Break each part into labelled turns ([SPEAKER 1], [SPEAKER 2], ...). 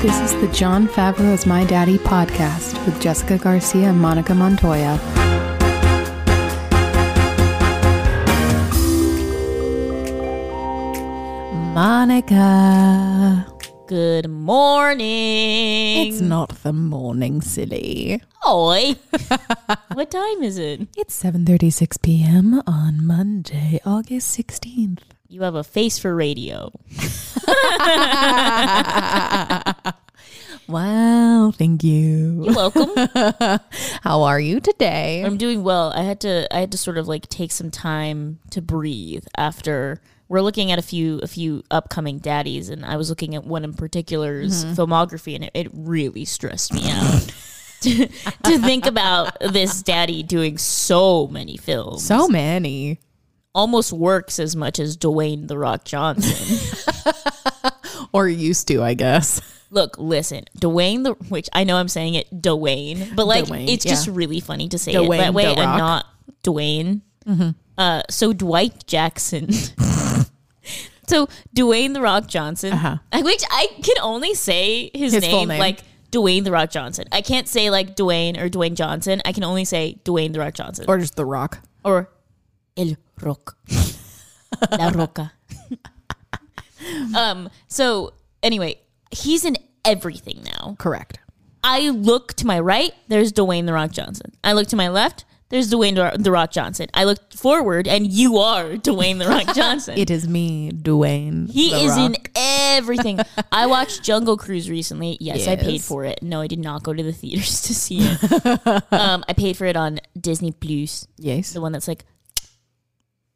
[SPEAKER 1] This is the John Favreau is My Daddy podcast with Jessica Garcia and Monica Montoya. Monica.
[SPEAKER 2] Good morning.
[SPEAKER 1] It's not the morning, silly.
[SPEAKER 2] Oi. what time is it?
[SPEAKER 1] It's 7:36 p.m. on Monday, August 16th.
[SPEAKER 2] You have a face for radio.
[SPEAKER 1] Wow, thank you.
[SPEAKER 2] You're welcome.
[SPEAKER 1] How are you today?
[SPEAKER 2] I'm doing well. I had to I had to sort of like take some time to breathe after we're looking at a few a few upcoming daddies and I was looking at one in particular's filmography and it, it really stressed me out. to, to think about this daddy doing so many films.
[SPEAKER 1] so many.
[SPEAKER 2] Almost works as much as Dwayne the Rock Johnson.
[SPEAKER 1] Or used to, I guess.
[SPEAKER 2] Look, listen, Dwayne the which I know I'm saying it Dwayne, but like
[SPEAKER 1] Dwayne,
[SPEAKER 2] it's
[SPEAKER 1] yeah.
[SPEAKER 2] just really funny to say
[SPEAKER 1] Dwayne
[SPEAKER 2] it that way
[SPEAKER 1] The
[SPEAKER 2] and
[SPEAKER 1] Rock. Mm-hmm.
[SPEAKER 2] not Dwayne. Uh, so Dwight Jackson. so Dwayne the Rock Johnson, I- which I can only say his,
[SPEAKER 1] Uh-huh. His
[SPEAKER 2] name,
[SPEAKER 1] full name.
[SPEAKER 2] like Dwayne the Rock Johnson. I can't say like Dwayne or Dwayne Johnson. I can only say Dwayne the Rock Johnson or,
[SPEAKER 1] Or just The Rock.
[SPEAKER 2] El Rock, La Roca. um. So anyway, he's in everything now.
[SPEAKER 1] Correct.
[SPEAKER 2] I look to my right, there's Dwayne The Rock Johnson. I look to my left, there's Dwayne The Rock- The Rock Johnson. I look forward, and you are Dwayne The Rock Johnson.
[SPEAKER 1] It is me, Dwayne.
[SPEAKER 2] he
[SPEAKER 1] The
[SPEAKER 2] is in
[SPEAKER 1] Rock.
[SPEAKER 2] everything. I watched Jungle Cruise recently. Yes, I paid
[SPEAKER 1] Yes.
[SPEAKER 2] for it. No, I did not go to the theaters to see it. um, I paid for it on Disney Plus,
[SPEAKER 1] Yes.
[SPEAKER 2] the one that's like,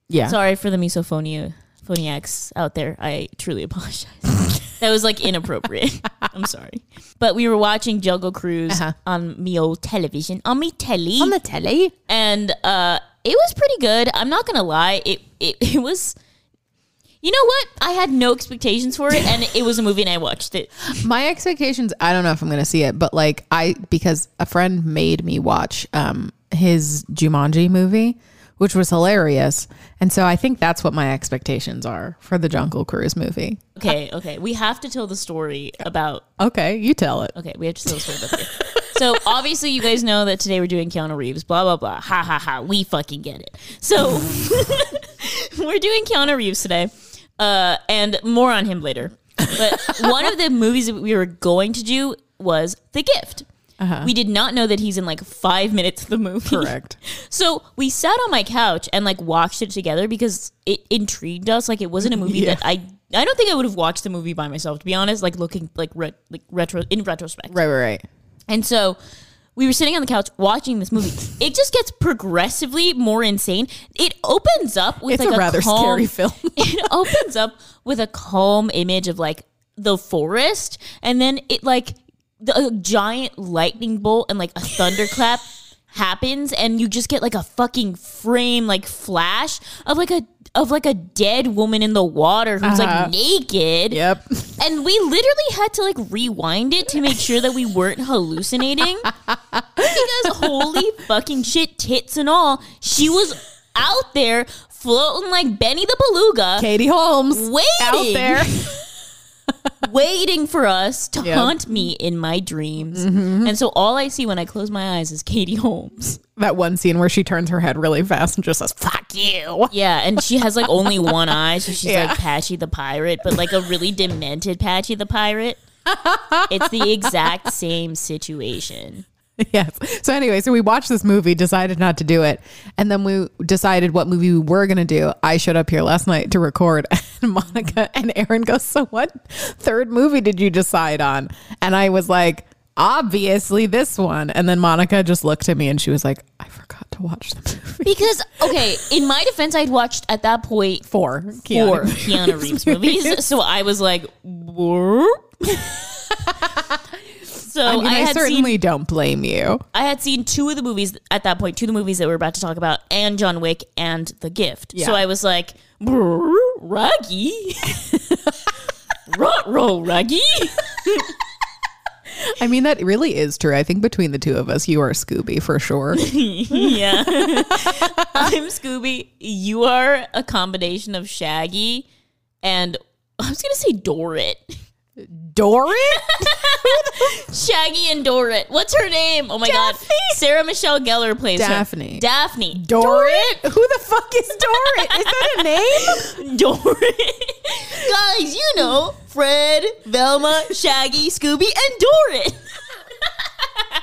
[SPEAKER 1] Yeah.
[SPEAKER 2] sorry for the misophonia phoniacs out there. I truly apologize. that was like inappropriate. I'm sorry. But we were watching Jungle Cruise
[SPEAKER 1] Uh-huh.
[SPEAKER 2] on me old television. On me telly.
[SPEAKER 1] On the telly?
[SPEAKER 2] and uh, it was pretty good. I'm not gonna lie, it it, it was. You know what? I had no expectations for it, and it was a movie, and I watched it.
[SPEAKER 1] My expectations, I don't know if I'm going to see it, but like I, because a friend made me watch um, his Jumanji movie, which was hilarious. And so I think that's what my expectations are for the Jungle Cruise movie.
[SPEAKER 2] Okay, okay, we have to tell the story about.
[SPEAKER 1] Okay, you tell it.
[SPEAKER 2] Okay, we have to tell the story about. This. So obviously, you guys know that today we're doing Keanu Reeves. Blah blah blah. Ha ha ha. We fucking get it. So we're doing Keanu Reeves today, uh, and more on him later. But one of the movies that we were going to do was The Gift. We did not know that he's in like five minutes of the movie.
[SPEAKER 1] Uh-huh. Correct.
[SPEAKER 2] So we sat on my couch and like watched it together because it intrigued us. Like it wasn't a movie
[SPEAKER 1] Yeah.
[SPEAKER 2] that I I don't think I would have watched the movie by myself to be honest. Like looking like re- like retro in retrospect.
[SPEAKER 1] Right, right, right.
[SPEAKER 2] And so we were sitting on the couch watching this movie. It just gets progressively more insane. It opens up with
[SPEAKER 1] It's
[SPEAKER 2] like
[SPEAKER 1] a rather
[SPEAKER 2] calm-
[SPEAKER 1] scary film.
[SPEAKER 2] it opens up with a calm image of like the forest, and then it like the, a giant lightning bolt and like a thunderclap happens, and you just get like a fucking frame like flash of like a of like a dead woman in the water who's
[SPEAKER 1] Uh-huh.
[SPEAKER 2] like naked.
[SPEAKER 1] Yep.
[SPEAKER 2] And we literally had to like rewind it to make sure that we weren't hallucinating. because holy fucking shit, tits and all, she was out there floating like Benny the Beluga,
[SPEAKER 1] Katie Holmes.
[SPEAKER 2] waiting,
[SPEAKER 1] Out there.
[SPEAKER 2] waiting for us to
[SPEAKER 1] Yeah.
[SPEAKER 2] haunt me in my dreams. And so all I see when I close my eyes is Katie Holmes.
[SPEAKER 1] that one scene where she turns her head really fast and just says, fuck you.
[SPEAKER 2] Yeah, and she has like only one eye, so she's
[SPEAKER 1] Yeah.
[SPEAKER 2] like Patchy the Pirate, but like a really demented Patchy the Pirate. it's the exact same situation.
[SPEAKER 1] Yes. So anyway, so we watched this movie, decided not to do it, and then we decided what movie we were going to do. I showed up here last night to record, and Monica and Aaron go, "So what third movie did you decide on?" And I was like, "Obviously this one." And then Monica just looked at me and she was like, "I forgot to watch the movie."
[SPEAKER 2] Because okay, in my defense, I'd watched at that point
[SPEAKER 1] Four.
[SPEAKER 2] four
[SPEAKER 1] Keanu.
[SPEAKER 2] Keanu Reeves movies, so I was like, "Whoop." So
[SPEAKER 1] I
[SPEAKER 2] I,
[SPEAKER 1] mean, I,
[SPEAKER 2] had seen
[SPEAKER 1] certainly don't blame you.
[SPEAKER 2] I had seen two of the movies at that point, two of the movies that we're about to talk about, and John Wick and The Gift. So I was like, "Brr, Ruggy. Rot roll, Ruggy.
[SPEAKER 1] I mean, that really is true. I think between the two of us, you are Scooby for sure.
[SPEAKER 2] yeah. I'm Scooby. You are a combination of Shaggy and I was going to say Dorit.
[SPEAKER 1] Dorit?
[SPEAKER 2] Shaggy and Dorit. What's her name? Oh my God. Sarah Michelle Gellar plays her.
[SPEAKER 1] Daphne.
[SPEAKER 2] Daphne.
[SPEAKER 1] Dorit? Who the fuck is Dorit? Is that a name?
[SPEAKER 2] Dorit. Guys, you know Fred, Velma, Shaggy, Scooby, and Dorit.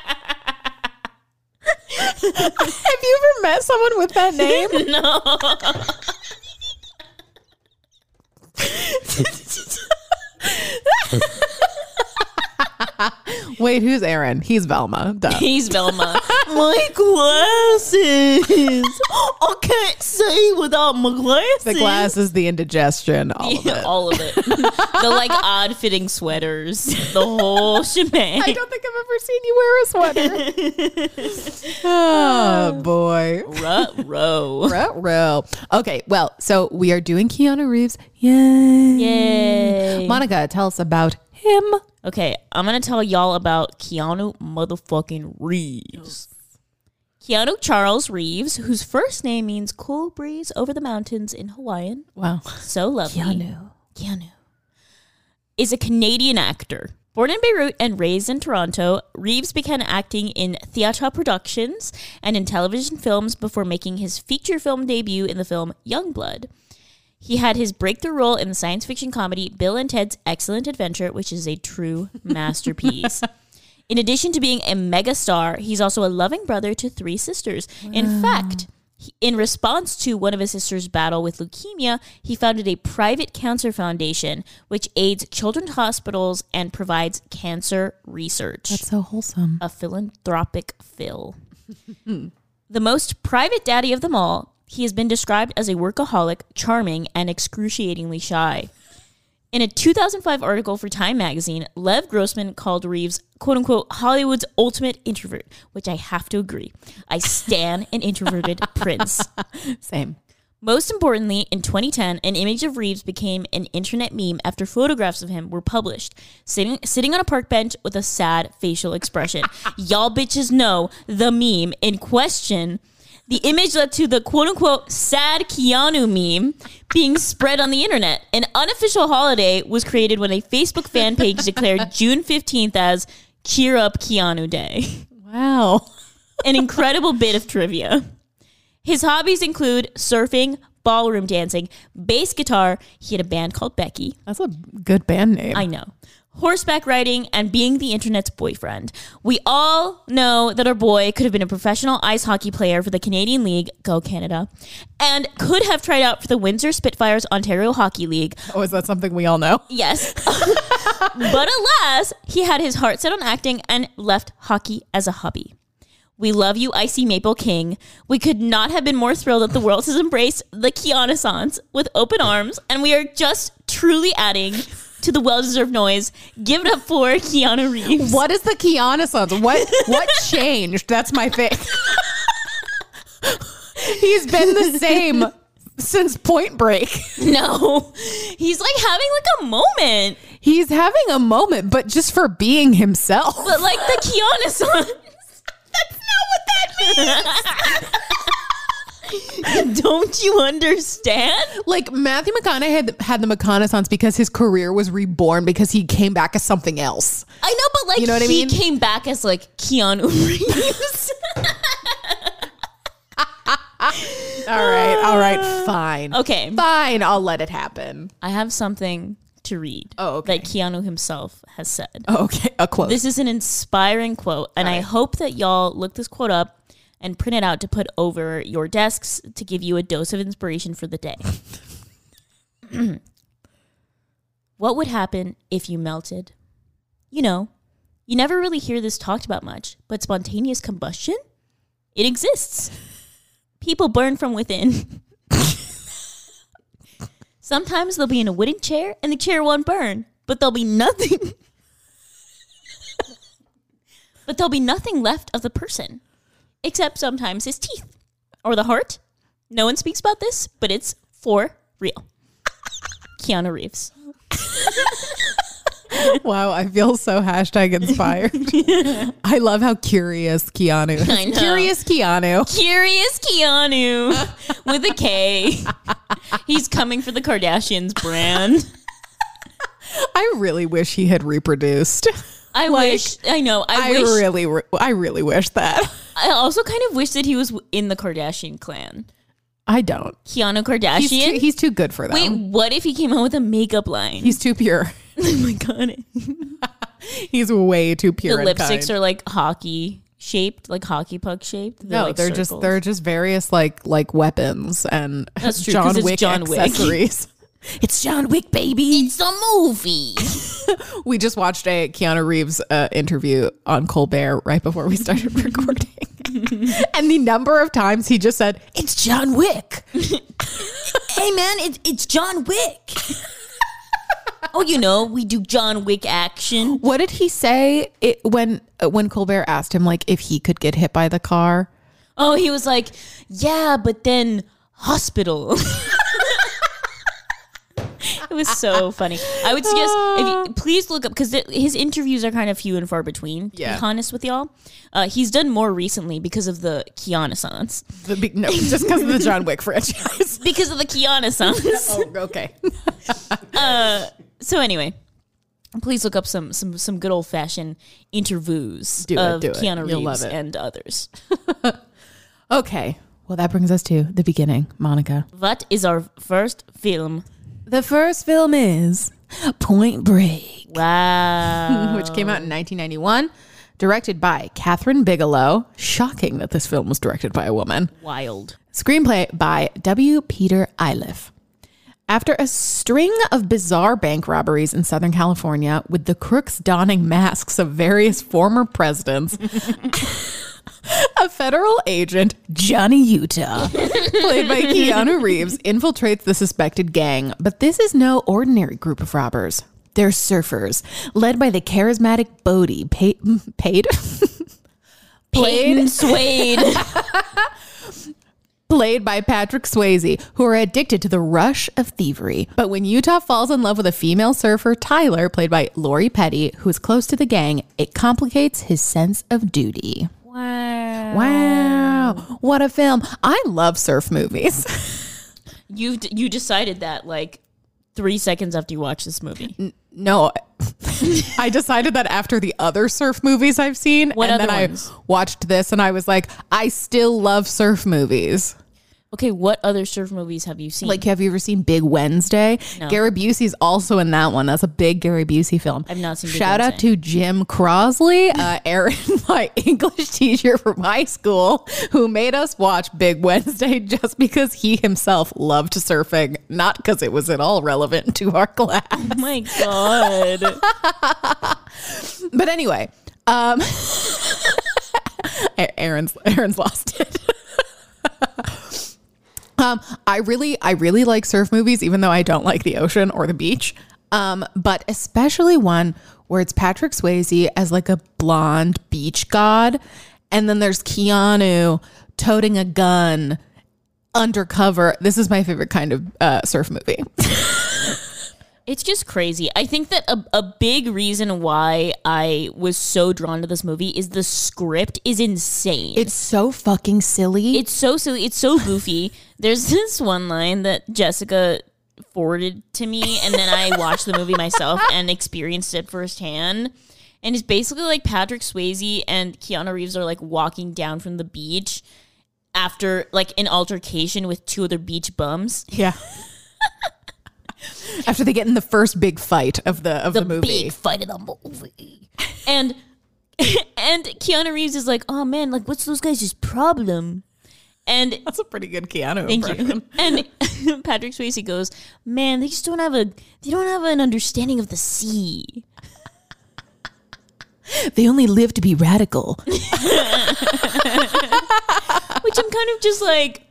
[SPEAKER 1] Have you ever met someone with that name? No. Wait, who's Aaron? He's Velma. Duh.
[SPEAKER 2] He's Velma. my glasses. I can't see without my glasses.
[SPEAKER 1] The glasses, the indigestion, all of
[SPEAKER 2] Yeah,
[SPEAKER 1] it.
[SPEAKER 2] all of it. the like odd fitting sweaters. The whole shebang.
[SPEAKER 1] I don't think I've ever seen you wear a sweater. oh boy.
[SPEAKER 2] Ruh-roh.
[SPEAKER 1] Ruh-roh. Okay, well, so we are doing Keanu Reeves. Yay.
[SPEAKER 2] Yay.
[SPEAKER 1] Monica, tell us about him.
[SPEAKER 2] Okay, I'm gonna tell y'all about Keanu motherfucking Reeves. Keanu Charles Reeves, whose first name means cool breeze over the mountains in Hawaiian.
[SPEAKER 1] Wow.
[SPEAKER 2] So lovely. Keanu is a Canadian actor. Born in Beirut and raised in Toronto, Reeves began acting in theatre productions and in television films before making his feature film debut in the film Youngblood. He had his breakthrough role in the science fiction comedy Bill and Ted's Excellent Adventure, which is a true masterpiece. in addition to being a megastar, he's also a loving brother to three sisters. In fact, he- in response to one of his sisters' battle with leukemia, he founded a private cancer foundation which aids children's hospitals and provides cancer research
[SPEAKER 1] So wholesome.
[SPEAKER 2] a philanthropic Phil. the most private daddy of them all, he has been described as a workaholic, charming, and excruciatingly shy. In a 2005 article for Time magazine, Lev Grossman called Reeves, quote unquote, Hollywood's ultimate introvert, which I have to agree. I stan an introverted prince.
[SPEAKER 1] Same.
[SPEAKER 2] Most importantly, in 2010, an image of Reeves became an internet meme after photographs of him were published, sitting sitting on a park bench with a sad facial expression. Y'all bitches know the meme in question. The image led to the quote unquote sad Keanu meme being spread on the internet. An unofficial holiday was created when a Facebook fan page declared June 15th as Cheer Up Keanu Day
[SPEAKER 1] Wow.
[SPEAKER 2] an incredible bit of trivia. His hobbies include surfing, ballroom dancing, bass guitar. He had a band called Becky.
[SPEAKER 1] That's a good band name.
[SPEAKER 2] I know. Horseback riding and being the internet's boyfriend. We all know that our boy could have been a professional ice hockey player for the Canadian League, go Canada, and could have tried out for the Windsor Spitfires Ontario Hockey League,
[SPEAKER 1] oh, is that something we all know?
[SPEAKER 2] Yes. but alas, he had his heart set on acting and left hockey as a hobby. We love you, Icy Maple King. We could not have been more thrilled that the world has embraced the Keanuissance with open arms, and we are just truly adding to the well deserved noise. Give it up for Keanu Reeves.
[SPEAKER 1] What is the Kiana sons? What what changed? That's my thing. He's been the same since Point Break.
[SPEAKER 2] No. He's like having like a moment,
[SPEAKER 1] He's having a moment, but just for being himself.
[SPEAKER 2] but like the Keanuissance. That's not what that means. Don't you understand?
[SPEAKER 1] Like Matthew McConaughey had, had the reconnaissance because his career was reborn because he came back as something else.
[SPEAKER 2] I know, but like
[SPEAKER 1] You know what I
[SPEAKER 2] he
[SPEAKER 1] mean?
[SPEAKER 2] came back as like Keanu Reeves.
[SPEAKER 1] All right, all right, fine.
[SPEAKER 2] okay,
[SPEAKER 1] Fine, I'll let it happen.
[SPEAKER 2] I have something to read
[SPEAKER 1] Oh, okay.
[SPEAKER 2] that Keanu himself has said.
[SPEAKER 1] Okay, a quote.
[SPEAKER 2] This is an inspiring quote, and I hope that y'all look this quote up and print it out to put over your desks to give you a dose of inspiration for the day. what would happen if you melted? You know, you never really hear this talked about much, but spontaneous combustion? It exists. People burn from within. Sometimes they'll be in a wooden chair and the chair won't burn, but there'll be nothing. but there'll be nothing left of the person except sometimes his teeth or the heart. No one speaks about this, but it's for real. Keanu Reeves.
[SPEAKER 1] Wow, I feel so hashtag inspired. I love how curious Keanu is.
[SPEAKER 2] I know.
[SPEAKER 1] Curious Keanu.
[SPEAKER 2] Curious Keanu with a K. He's coming for the Kardashians brand.
[SPEAKER 1] I really wish he had reproduced.
[SPEAKER 2] I wish. I know. I,
[SPEAKER 1] I
[SPEAKER 2] wish.
[SPEAKER 1] really, re- I really wish that.
[SPEAKER 2] I also kind of wish that he was in the Kardashian clan.
[SPEAKER 1] I don't.
[SPEAKER 2] Keanu
[SPEAKER 1] He's
[SPEAKER 2] Kardashian.
[SPEAKER 1] too, he's too good for them.
[SPEAKER 2] Wait, what if he came out with a makeup line?
[SPEAKER 1] He's too pure.
[SPEAKER 2] oh my god.
[SPEAKER 1] He's way too
[SPEAKER 2] The
[SPEAKER 1] pure. and
[SPEAKER 2] lipsticks
[SPEAKER 1] kind.
[SPEAKER 2] are like hockey shaped, like hockey puck shaped.
[SPEAKER 1] no,
[SPEAKER 2] like,
[SPEAKER 1] they're just
[SPEAKER 2] circles.
[SPEAKER 1] they're just various like like weapons and
[SPEAKER 2] That's true,
[SPEAKER 1] John
[SPEAKER 2] 'cause it's
[SPEAKER 1] Wick
[SPEAKER 2] John Wick.
[SPEAKER 1] accessories. it's John Wick, baby.
[SPEAKER 2] It's a movie.
[SPEAKER 1] We just watched a Keanu Reeves uh, interview on Colbert right before we started recording. and the number of times he just said, It's John Wick.
[SPEAKER 2] hey man, it's it's John Wick. oh, you know, we do John Wick action.
[SPEAKER 1] What did he say it, when uh, when Colbert asked him like if he could get hit by the car?
[SPEAKER 2] Oh, he was like, yeah, but then hospital. it was so funny. I would suggest if you, please look up because his interviews are kind of few and far between. To
[SPEAKER 1] Yeah.
[SPEAKER 2] be honest with y'all, uh, he's done more recently because of the Kiana
[SPEAKER 1] The big, no, just because of the John Wick franchise.
[SPEAKER 2] because of the Kiana
[SPEAKER 1] oh, okay.
[SPEAKER 2] So anyway, please look up some some some good old fashioned interviews
[SPEAKER 1] Do it,
[SPEAKER 2] of
[SPEAKER 1] do it.
[SPEAKER 2] Keanu
[SPEAKER 1] You'll
[SPEAKER 2] Reeves
[SPEAKER 1] love it.
[SPEAKER 2] and others.
[SPEAKER 1] Okay. Well, that brings us to the beginning, Monica.
[SPEAKER 2] What is our first film?
[SPEAKER 1] The first film is Point Break,
[SPEAKER 2] Wow.
[SPEAKER 1] Mm, which came out in 1991, directed by Catherine Bigelow. Shocking that this film was directed by a woman.
[SPEAKER 2] Wild.
[SPEAKER 1] Screenplay by W. Peter Iliff. After a string of bizarre bank robberies in Southern California, with the crooks donning masks of various former presidents, a federal agent, Johnny Utah, played by Keanu Reeves, infiltrates the suspected gang. But this is no ordinary group of robbers. They're surfers, led by the charismatic Bodie, paid, paid,
[SPEAKER 2] Peyton Swade.
[SPEAKER 1] played by Patrick Swayze, who are addicted to the rush of thievery. But when Utah falls in love with a female surfer, Tyler, played by Lori Petty, who is close to the gang, it complicates his sense of duty.
[SPEAKER 2] wow.
[SPEAKER 1] Wow, what a film. I love surf movies.
[SPEAKER 2] You d- you decided that like three seconds after you watched this movie.
[SPEAKER 1] No, I decided that after the other surf movies I've seen,
[SPEAKER 2] What
[SPEAKER 1] and
[SPEAKER 2] other
[SPEAKER 1] then
[SPEAKER 2] ones?
[SPEAKER 1] I watched this and I was like, I still love surf movies.
[SPEAKER 2] Okay, what other surf movies have you seen?
[SPEAKER 1] Like, have you ever seen Big Wednesday? Gary Busey's also in that one. That's a big Gary Busey film.
[SPEAKER 2] I've not seen Big
[SPEAKER 1] Shout out
[SPEAKER 2] Wednesday.
[SPEAKER 1] to Jim Crosley, uh, Aaron, my English teacher from high school, who made us watch Big Wednesday just because he himself loved surfing, not because it was at all relevant to our class.
[SPEAKER 2] oh my god.
[SPEAKER 1] But anyway, um, A- Aaron's Aaron's lost it. um, I really I really like surf movies, even though I don't like the ocean or the beach. Um, but especially one where it's Patrick Swayze as like a blonde beach god, and then there's Keanu toting a gun undercover. This is my favorite kind of uh, surf movie.
[SPEAKER 2] It's just crazy. I think that a, a big reason why I was so drawn to this movie is the script is insane.
[SPEAKER 1] It's so fucking silly.
[SPEAKER 2] it's so silly. It's so goofy. There's this one line that Jessica forwarded to me, and then I watched the movie myself and experienced it firsthand. And it's basically like Patrick Swayze and Keanu Reeves are like walking down from the beach after like an altercation with two other beach bums.
[SPEAKER 1] Yeah. After they get in the first big fight of the of the, movie.
[SPEAKER 2] Big fight of the movie. And and Keanu Reeves is like, oh man, like what's those guys' problem? And
[SPEAKER 1] That's a pretty good Keanu
[SPEAKER 2] Thank you. And Patrick Swayze goes, "Man, they just don't have a they don't have an understanding of the sea."
[SPEAKER 1] They only live to be radical.
[SPEAKER 2] Which I'm kind of just like,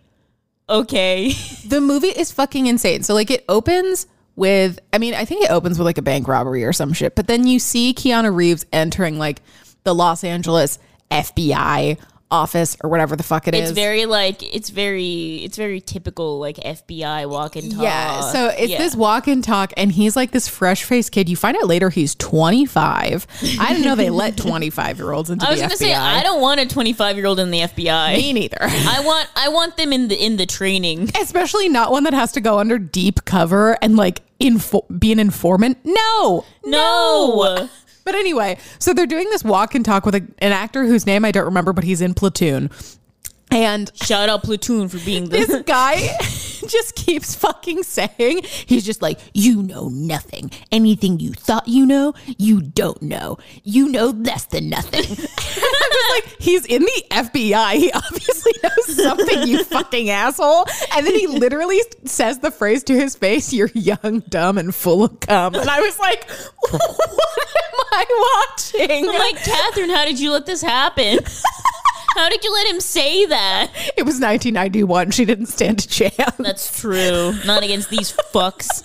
[SPEAKER 2] okay,
[SPEAKER 1] the movie is fucking insane. So like it opens with I mean, I think it opens with like a bank robbery or some shit, but then you see Keanu Reeves entering like the Los Angeles FBI office or whatever the fuck it
[SPEAKER 2] It's
[SPEAKER 1] is.
[SPEAKER 2] very like it's very it's very typical like FBI walk and talk.
[SPEAKER 1] Yeah. So it's
[SPEAKER 2] Yeah.
[SPEAKER 1] this walk and talk, and he's like this fresh faced kid. You find out later he's 25. I didn't know they let 25 year olds into
[SPEAKER 2] I was
[SPEAKER 1] the
[SPEAKER 2] gonna
[SPEAKER 1] FBI.
[SPEAKER 2] say I don't want a 25 year old in the FBI.
[SPEAKER 1] Me neither.
[SPEAKER 2] I want I want them in the in the training.
[SPEAKER 1] Especially not one that has to go under deep cover and like info- be an informant. No.
[SPEAKER 2] No.
[SPEAKER 1] But anyway, so they're doing this walk and talk with a, an actor whose name I don't remember, but he's in Platoon. And
[SPEAKER 2] Shout out platoon for being the
[SPEAKER 1] this guy just keeps fucking saying he's just like you know nothing anything you thought you know you don't know you know less than nothing i'm just like he's in the fbi he obviously knows something you fucking asshole and then he literally says the phrase to his face you're young dumb and full of cum and i was like what am i watching
[SPEAKER 2] I'm like Catherine. How did you let this happen? How did you let him say that?
[SPEAKER 1] it was 1991 she didn't stand a chance
[SPEAKER 2] That's true. Not against these fucks.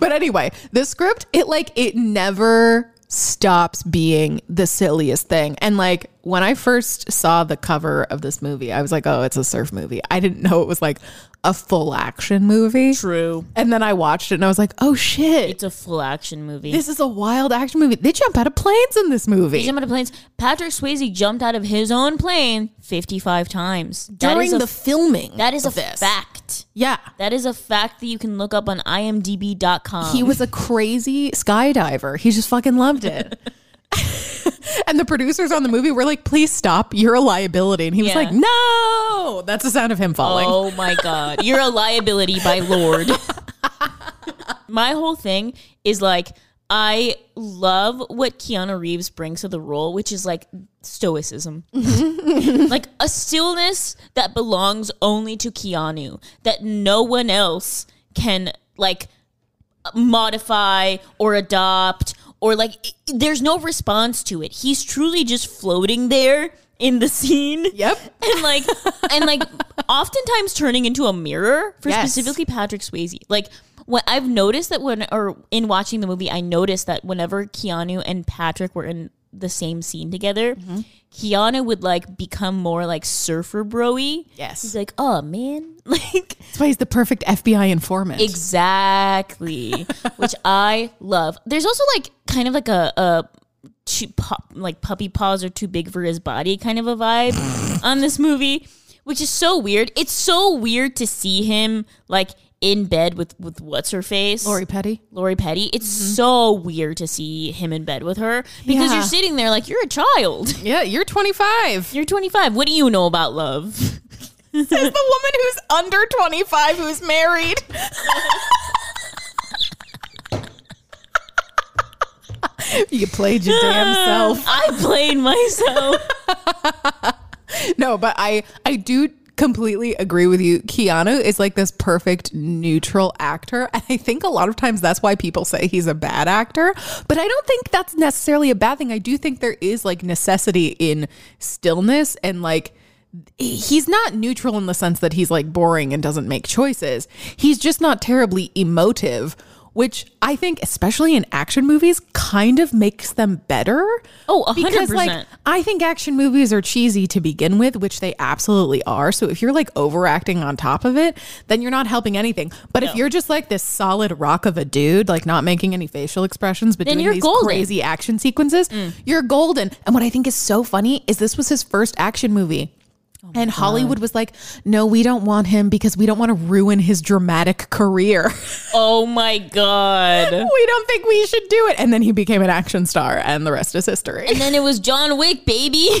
[SPEAKER 1] But anyway, this script, it like it never stops being the silliest thing. And like when I first saw the cover of this movie, I was like, "Oh, it's a surf movie." I didn't know it was like a full action movie.
[SPEAKER 2] True.
[SPEAKER 1] And then I watched it and I was like, "Oh shit.
[SPEAKER 2] It's a full action movie.
[SPEAKER 1] This is a wild action movie. They jump out of planes in this
[SPEAKER 2] He
[SPEAKER 1] movie."
[SPEAKER 2] jumped out of planes. Patrick Swayze jumped out of his own plane 55 times. That
[SPEAKER 1] During
[SPEAKER 2] is a,
[SPEAKER 1] the filming.
[SPEAKER 2] that is a
[SPEAKER 1] of this.
[SPEAKER 2] fact.
[SPEAKER 1] Yeah.
[SPEAKER 2] That is a fact that you can look up on imdb.com.
[SPEAKER 1] He was a crazy skydiver. He just fucking loved it. and the producers on the movie were like, please stop. You're a liability. And he was
[SPEAKER 2] Yeah.
[SPEAKER 1] like, no. That's the sound of him falling.
[SPEAKER 2] Oh my god. You're a liability by Lord. my whole thing is like I love what Keanu Reeves brings to the role, which is like stoicism. like a stillness that belongs only to Keanu, that no one else can like modify or adopt or like i- there's no response to it. He's truly just floating there in the scene
[SPEAKER 1] Yep.
[SPEAKER 2] and like and like oftentimes turning into a mirror for
[SPEAKER 1] Yes.
[SPEAKER 2] specifically Patrick Swayze. Like what I've noticed that when or in watching the movie, I noticed that whenever Keanu and Patrick were in the same scene together,
[SPEAKER 1] Mm-hmm.
[SPEAKER 2] Keanu would like become more like surfer broy.
[SPEAKER 1] Yes.
[SPEAKER 2] He's like, oh man. Like
[SPEAKER 1] That's why he's the perfect FBI informant.
[SPEAKER 2] Exactly, which I love. There's also like kind of like a, a too, pu- like puppy paws are too big for his body kind of a vibe on this movie, which is so weird. It's so weird to see him like in bed with with what's her face,
[SPEAKER 1] Lori Petty.
[SPEAKER 2] Lori mm-hmm. Petty. It's so weird to see him in bed with her because
[SPEAKER 1] Yeah.
[SPEAKER 2] you're sitting there like you're a child.
[SPEAKER 1] Yeah, you're 25.
[SPEAKER 2] You're 25. What do you know about love?
[SPEAKER 1] Says the woman who's under 25 who's married. you played your damn self.
[SPEAKER 2] I played myself.
[SPEAKER 1] No, but I I do completely agree with you. Keanu is like this perfect neutral actor. And I think a lot of times that's why people say he's a bad actor, but I don't think that's necessarily a bad thing. I do think there is like necessity in stillness and like he's not neutral in the sense that he's like boring and doesn't make choices. He's just not terribly emotive. Which I think, especially in action movies, kind of makes them better.
[SPEAKER 2] Oh, 100%.
[SPEAKER 1] Because like I think action movies are cheesy to begin with, which they absolutely are. So if you're like overacting on top of it, then you're not helping anything. But if you're just like this solid rock of a dude, like not making any facial expressions, but
[SPEAKER 2] Then
[SPEAKER 1] doing
[SPEAKER 2] you're
[SPEAKER 1] these
[SPEAKER 2] golden. Mm.
[SPEAKER 1] crazy action sequences, you're golden. And what I think is so funny is this was his first action movie.
[SPEAKER 2] Oh
[SPEAKER 1] And Hollywood was like, no, we don't want him because we don't want to ruin his dramatic career.
[SPEAKER 2] oh my god.
[SPEAKER 1] we don't think we should do it. And then he became an action star, and the rest is history.
[SPEAKER 2] And then it was John Wick, baby.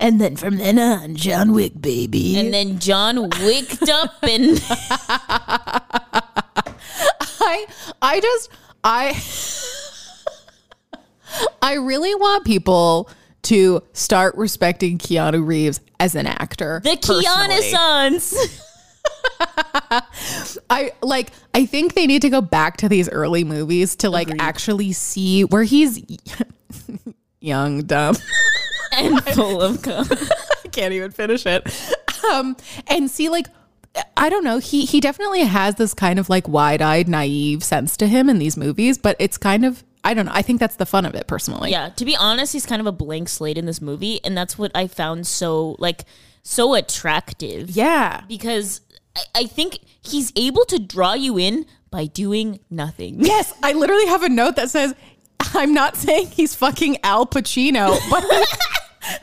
[SPEAKER 1] And then from then on, John Wick, baby.
[SPEAKER 2] And then John wicked up and
[SPEAKER 1] I I just I I really want people to start respecting Keanu Reeves as an actor.
[SPEAKER 2] the Kiana
[SPEAKER 1] personally.
[SPEAKER 2] Sons.
[SPEAKER 1] I like I think they need to go back to these early movies to like actually see where he's young, dumb.
[SPEAKER 2] And full of cum.
[SPEAKER 1] I can't even finish it. Um, and see, like, I don't know. He he definitely has this kind of like wide eyed, naive sense to him in these movies, but it's kind of I don't know. I think that's the fun of it personally.
[SPEAKER 2] Yeah, to be honest, he's kind of a blank slate in this movie, and that's what I found so like so attractive.
[SPEAKER 1] Yeah.
[SPEAKER 2] because I, I think he's able to draw you in by doing nothing.
[SPEAKER 1] Yes, I literally have a note that says, "I'm not saying he's fucking Al Pacino, but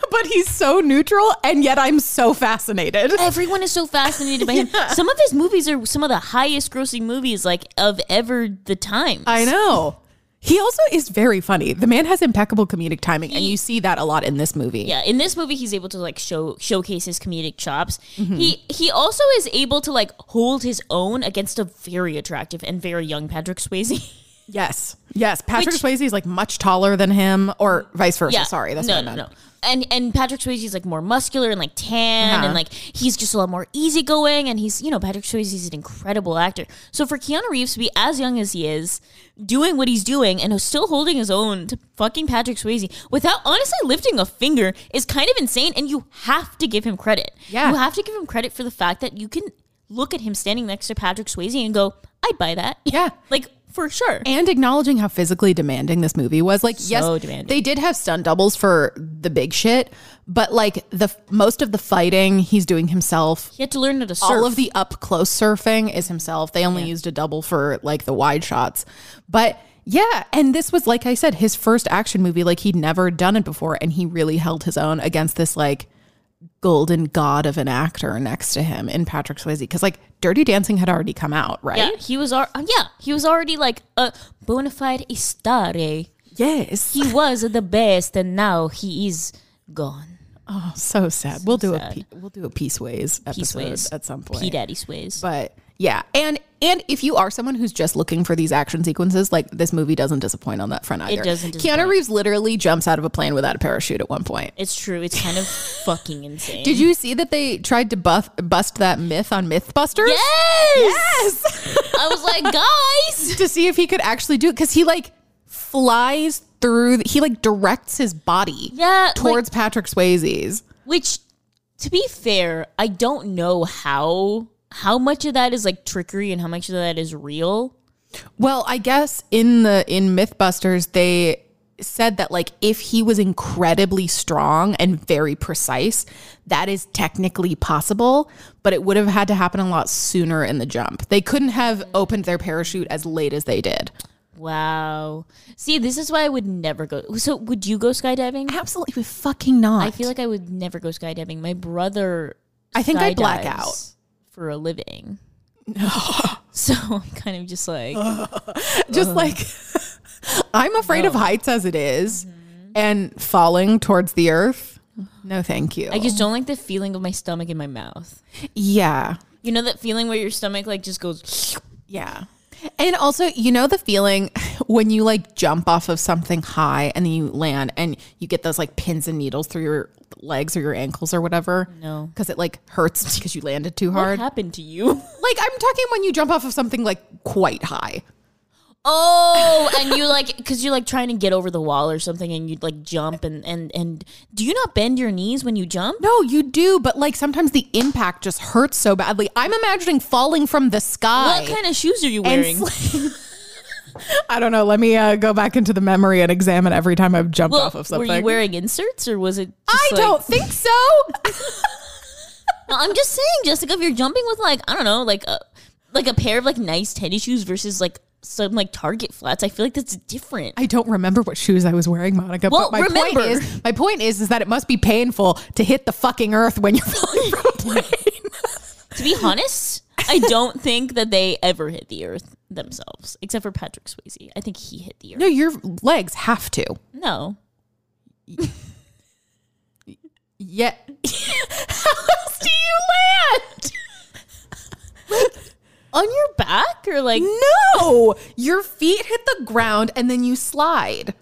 [SPEAKER 1] but he's so neutral, and yet I'm so fascinated."
[SPEAKER 2] Everyone is so fascinated by him. Some of his movies are some of the highest grossing movies like of ever the time.
[SPEAKER 1] I know. He also is very funny. The man has impeccable comedic timing, and you see that a lot in this movie.
[SPEAKER 2] yeah, in this movie he's able to like show showcase his comedic chops. He he also is able to like hold his own against a very attractive and very young Patrick Swayze.
[SPEAKER 1] Yes, yes. Patrick
[SPEAKER 2] Which-
[SPEAKER 1] Swayze is like much taller than him, or vice versa. Sorry, that's
[SPEAKER 2] no,
[SPEAKER 1] what I
[SPEAKER 2] no,
[SPEAKER 1] meant.
[SPEAKER 2] no. And and Patrick Swayze's like more muscular and like tan
[SPEAKER 1] Uh-huh.
[SPEAKER 2] and like he's just a lot more easygoing and he's you know Patrick Swayze's an incredible actor. So for Keanu Reeves to be as young as he is, doing what he's doing and still holding his own to fucking Patrick Swayze without honestly lifting a finger is kind of insane. And you have to give him credit.
[SPEAKER 1] Yeah.
[SPEAKER 2] you have to give him credit for the fact that you can look at him standing next to Patrick Swayze and go, I'd buy that.
[SPEAKER 1] Yeah.
[SPEAKER 2] like for sure.
[SPEAKER 1] and acknowledging how physically demanding this movie was. Like, yes,
[SPEAKER 2] demanding.
[SPEAKER 1] they did have stunt doubles for the big shit, but like the most of the fighting he's doing himself.
[SPEAKER 2] he had to learn how to surf.
[SPEAKER 1] All of the up close surfing is himself. They only used a double for like the wide shots, but yeah. And this was like I said, his first action movie. Like he'd never done it before, and he really held his own against this like golden god of an actor next to him in Patrick Swayze. Because like Dirty Dancing had already come out, right?
[SPEAKER 2] Yeah, he was. Ar- uh, yeah, he was already like a bona fide estare.
[SPEAKER 1] Yes.
[SPEAKER 2] He was the best, and now he is gone.
[SPEAKER 1] So sad. we'll do a pe- we'll do a peace ways episode
[SPEAKER 2] ways.
[SPEAKER 1] at some point.
[SPEAKER 2] P Daddy sways.
[SPEAKER 1] But yeah, and and if you are someone who's just looking for these action sequences, like this movie doesn't disappoint on that front either.
[SPEAKER 2] doesn't
[SPEAKER 1] Keanu
[SPEAKER 2] disappoint.
[SPEAKER 1] Reeves literally jumps out of a plane without a parachute at one point.
[SPEAKER 2] it's true. It's kind of fucking insane.
[SPEAKER 1] Did you see that they tried to buff, bust that myth on MythBusters?
[SPEAKER 2] Yes. Yes. I was like, guys.
[SPEAKER 1] to see if he could actually do it because he like flies through. He like directs his body
[SPEAKER 2] Yeah. like,
[SPEAKER 1] towards Patrick Swayze's.
[SPEAKER 2] Which, to be fair, I don't know how how much of that is like trickery and how much of that is real.
[SPEAKER 1] Well, I guess in the in MythBusters they said that like if he was incredibly strong and very precise, that is technically possible, but it would have had to happen a lot sooner in the jump. They couldn't have opened their parachute as late as they did.
[SPEAKER 2] Wow. See, this is why I would never go. So, would you go skydiving?
[SPEAKER 1] Absolutely fucking not.
[SPEAKER 2] I feel like I would never go skydiving. My brother,
[SPEAKER 1] I think I'd black
[SPEAKER 2] skydives
[SPEAKER 1] out.
[SPEAKER 2] for a living. so I'm kind of just like,
[SPEAKER 1] just like I'm afraid of heights as it is, and falling towards the earth. No, thank you.
[SPEAKER 2] I just don't like the feeling of my stomach in my mouth.
[SPEAKER 1] yeah.
[SPEAKER 2] You know that feeling where your stomach like just goes.
[SPEAKER 1] Yeah. And also, you know the feeling when you like jump off of something high and then you land and you get those like pins and needles through your legs or your ankles or whatever?
[SPEAKER 2] No.
[SPEAKER 1] Because it like hurts because you landed too
[SPEAKER 2] What
[SPEAKER 1] hard.
[SPEAKER 2] happened to you?
[SPEAKER 1] Like I'm talking when you jump off of something like quite high.
[SPEAKER 2] Oh, and you like because you're like trying to get over the wall or something, and you'd like jump and and and do you not bend your knees when you jump?
[SPEAKER 1] No, you do, but like sometimes the impact just hurts so badly. I'm imagining falling from the sky.
[SPEAKER 2] What kind of shoes are you
[SPEAKER 1] and
[SPEAKER 2] wearing?
[SPEAKER 1] sl- I don't know. Let me uh, go back into the memory and examine every time I've jumped
[SPEAKER 2] well,
[SPEAKER 1] off of
[SPEAKER 2] were
[SPEAKER 1] something.
[SPEAKER 2] you wearing inserts or was it?
[SPEAKER 1] I
[SPEAKER 2] just, like-
[SPEAKER 1] don't think so.
[SPEAKER 2] No, I'm just saying, Jessica, if you're jumping with like I don't know, like a like a pair of like nice tennis shoes versus like some like Target flats, I feel like that's different.
[SPEAKER 1] I don't remember what shoes I was wearing, Monica.
[SPEAKER 2] Well,
[SPEAKER 1] but my
[SPEAKER 2] remember-
[SPEAKER 1] point is, my point is, is that it must be painful to hit the fucking earth when you're falling from a plane.
[SPEAKER 2] to be honest, I don't think that they ever hit the earth themselves, except for Patrick Swayze. I think he hit the earth.
[SPEAKER 1] no, your legs have to.
[SPEAKER 2] No,
[SPEAKER 1] Yeah. How else do you
[SPEAKER 2] on your back or like
[SPEAKER 1] land? No, your feet hit the ground and then you slide.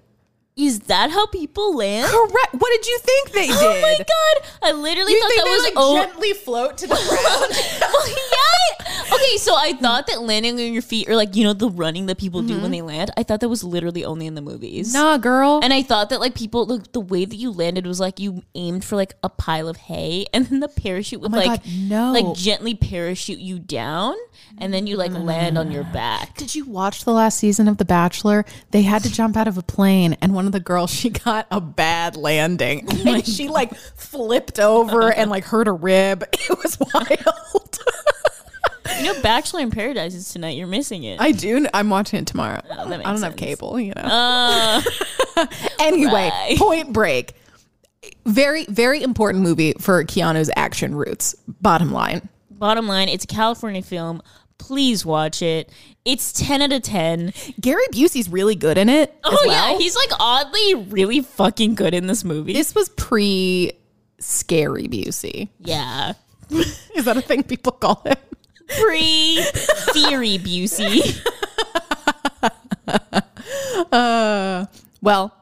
[SPEAKER 2] is that how people land?
[SPEAKER 1] Correct. What did you think they did?
[SPEAKER 2] Oh my god! I literally
[SPEAKER 1] You
[SPEAKER 2] thought
[SPEAKER 1] think
[SPEAKER 2] that
[SPEAKER 1] they
[SPEAKER 2] was
[SPEAKER 1] like
[SPEAKER 2] oh
[SPEAKER 1] gently float to the ground?
[SPEAKER 2] well, What? Okay, so I thought that landing on your feet or like you know the running that people do when they land. I thought that was literally only in the movies.
[SPEAKER 1] Nah, girl.
[SPEAKER 2] And I thought that like people like the way that you landed was like you aimed for like a pile of hay and then the parachute would
[SPEAKER 1] my
[SPEAKER 2] like
[SPEAKER 1] God, no.
[SPEAKER 2] like gently parachute you down and then you like land on your back.
[SPEAKER 1] Did you watch the last season of The Bachelor? They had to jump out of a plane, and one of the girls she got a bad landing. and she like flipped over and like hurt a rib. It was wild.
[SPEAKER 2] You know Bachelor in Paradise is tonight. You're missing it.
[SPEAKER 1] I do. I'm watching it tomorrow. I
[SPEAKER 2] that
[SPEAKER 1] don't
[SPEAKER 2] makes
[SPEAKER 1] have
[SPEAKER 2] sense.
[SPEAKER 1] cable, you know. Uh, anyway,
[SPEAKER 2] right.
[SPEAKER 1] Point Break. Very, very important movie for Keanu's action roots. Bottom line.
[SPEAKER 2] Bottom line, it's a California film. Please watch it. It's 10 out of 10.
[SPEAKER 1] Gary Busey's really good in it. as
[SPEAKER 2] Oh yeah,
[SPEAKER 1] well.
[SPEAKER 2] he's like oddly really fucking good in this movie.
[SPEAKER 1] This was pre scary Busey.
[SPEAKER 2] yeah.
[SPEAKER 1] Is that a thing people call him?
[SPEAKER 2] Pre theory Busey.
[SPEAKER 1] Well,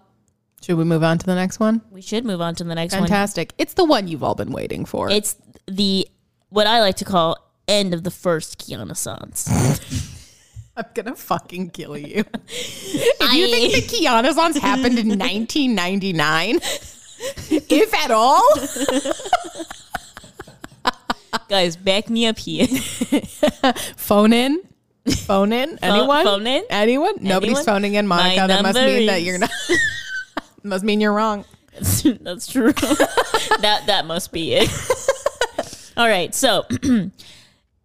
[SPEAKER 1] should we move on to the next one?
[SPEAKER 2] We should move on to the next one.
[SPEAKER 1] Fantastic. It's the one you've all been waiting for.
[SPEAKER 2] It's the what I like to call end of the first Kiana Sans.
[SPEAKER 1] I'm gonna fucking kill you. If you think the Kianazons happened in 1999, if at all,
[SPEAKER 2] Guys, back me up here.
[SPEAKER 1] phone in, phone in. Anyone?
[SPEAKER 2] phone in?
[SPEAKER 1] Anyone? Nobody's
[SPEAKER 2] Anyone?
[SPEAKER 1] phoning in,
[SPEAKER 2] My
[SPEAKER 1] Monica. That must
[SPEAKER 2] number
[SPEAKER 1] mean that
[SPEAKER 2] is-
[SPEAKER 1] you're not. must mean you're wrong.
[SPEAKER 2] That's true. that that must be it. All right, so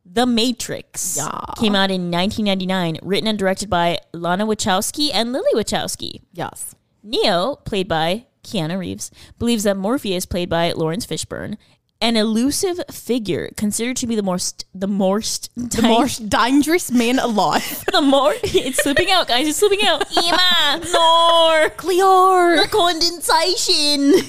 [SPEAKER 2] The Matrix came out in 1999, written and directed by Lana Wachowski and Lily Wachowski.
[SPEAKER 1] Yes.
[SPEAKER 2] Neo, played by Keanu Reeves, believes that Morpheus, played by Lawrence Fishburne, an elusive figure considered to be the most the most
[SPEAKER 1] The most dangerous man alive.
[SPEAKER 2] the more it's slipping out, guys. It's slipping out. Ima, more
[SPEAKER 1] Clear.
[SPEAKER 2] condensation.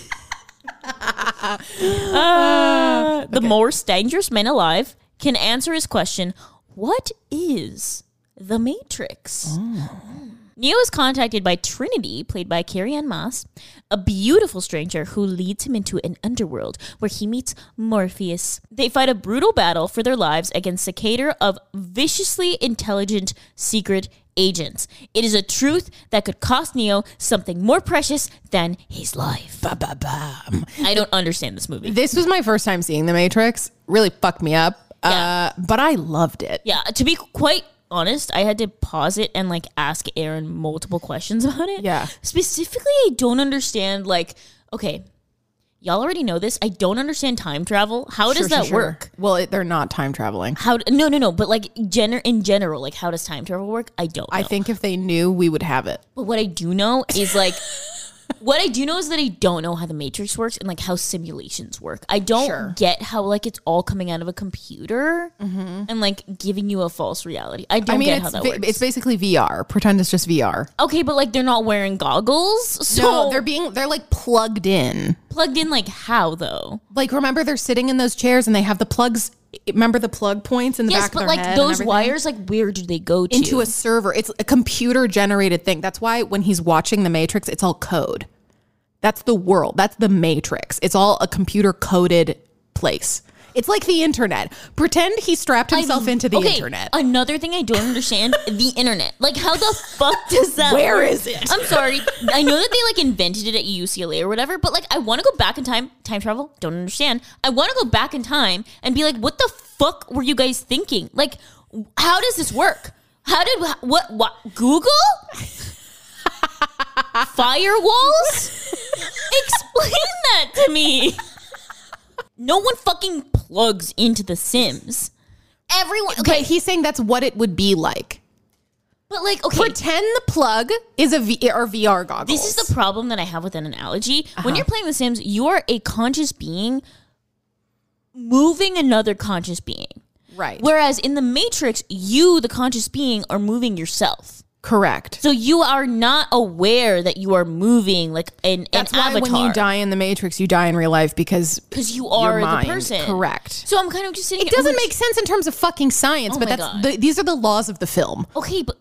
[SPEAKER 2] Uh, The most dangerous man alive can answer his question What is the Matrix?
[SPEAKER 1] Oh.
[SPEAKER 2] Neo is contacted by Trinity, played by Carrie Ann Moss, a beautiful stranger who leads him into an underworld where he meets Morpheus. They fight a brutal battle for their lives against a cater of viciously intelligent secret agents. It is a truth that could cost Neo something more precious than his life.
[SPEAKER 1] Ba, ba, ba.
[SPEAKER 2] I don't understand this movie.
[SPEAKER 1] This was my first time seeing The Matrix. Really fucked me up.
[SPEAKER 2] Yeah.
[SPEAKER 1] Uh, but I loved it.
[SPEAKER 2] Yeah, to be quite honest, I had to pause it and like ask Aaron multiple questions about it.
[SPEAKER 1] Yeah.
[SPEAKER 2] Specifically, I don't understand like okay, y'all already know this. I don't understand time travel. How does that work?
[SPEAKER 1] Well, it, they're not time traveling.
[SPEAKER 2] How d- no no no, but like gener- in general, like how does time travel work? I don't.
[SPEAKER 1] I
[SPEAKER 2] know.
[SPEAKER 1] think if they knew, we would have it.
[SPEAKER 2] But what I do know is like what I do know is that I don't know how the matrix works and like how simulations work. I don't
[SPEAKER 1] Sure.
[SPEAKER 2] get how like it's all coming out of a computer and like giving you a false reality. I don't
[SPEAKER 1] Mm-hmm. I mean,
[SPEAKER 2] get how
[SPEAKER 1] it's
[SPEAKER 2] that
[SPEAKER 1] vi-
[SPEAKER 2] works.
[SPEAKER 1] it's basically VR. Pretend it's just VR.
[SPEAKER 2] Okay, but like they're not wearing goggles. So
[SPEAKER 1] no,
[SPEAKER 2] they're
[SPEAKER 1] they're being they're like plugged in.
[SPEAKER 2] plugged in like how though?
[SPEAKER 1] Like remember, they're sitting in those chairs and they have the plugs. Remember the plug points in the
[SPEAKER 2] Yes,
[SPEAKER 1] back of
[SPEAKER 2] but
[SPEAKER 1] their head
[SPEAKER 2] like
[SPEAKER 1] and
[SPEAKER 2] those
[SPEAKER 1] everything?
[SPEAKER 2] wires, like where do they go to?
[SPEAKER 1] into a server. It's a computer generated thing. That's why when he's watching The Matrix, it's all code. That's the world. That's the Matrix. It's all a computer coded place. It's like the internet. Pretend he strapped himself into the
[SPEAKER 2] Okay,
[SPEAKER 1] internet.
[SPEAKER 2] Another thing I don't understand: the internet. Like, how the fuck does that?
[SPEAKER 1] Where
[SPEAKER 2] work?
[SPEAKER 1] is it?
[SPEAKER 2] I'm sorry. I know that they like invented it at UCLA or whatever, but like, I want to go back in time. Time travel? Don't understand. I want to go back in time and be like, what the fuck were you guys thinking? Like, how does this work? How did what what Google? Firewalls? Explain that to me. No one fucking plugs into the Sims. Everyone, okay,
[SPEAKER 1] But he's saying that's what it would be like.
[SPEAKER 2] but like, okay,
[SPEAKER 1] Pretend the plug is a v- or VR goggles.
[SPEAKER 2] this is the problem that I have with an analogy.
[SPEAKER 1] Uh-huh.
[SPEAKER 2] When you're playing The Sims, you are a conscious being moving another conscious being.
[SPEAKER 1] right.
[SPEAKER 2] Whereas in The Matrix, you, the conscious being, are moving yourself.
[SPEAKER 1] Correct.
[SPEAKER 2] So you are not aware that you are moving like an,
[SPEAKER 1] That's
[SPEAKER 2] an
[SPEAKER 1] why
[SPEAKER 2] avatar.
[SPEAKER 1] when you die in the Matrix, you die in real life because
[SPEAKER 2] because you are
[SPEAKER 1] your
[SPEAKER 2] the
[SPEAKER 1] mind.
[SPEAKER 2] person.
[SPEAKER 1] Correct.
[SPEAKER 2] So I'm kind of just sitting.
[SPEAKER 1] It doesn't make sense in terms of fucking science, but
[SPEAKER 2] Oh my
[SPEAKER 1] that's
[SPEAKER 2] God.
[SPEAKER 1] the, these are the laws of the film.
[SPEAKER 2] Okay, but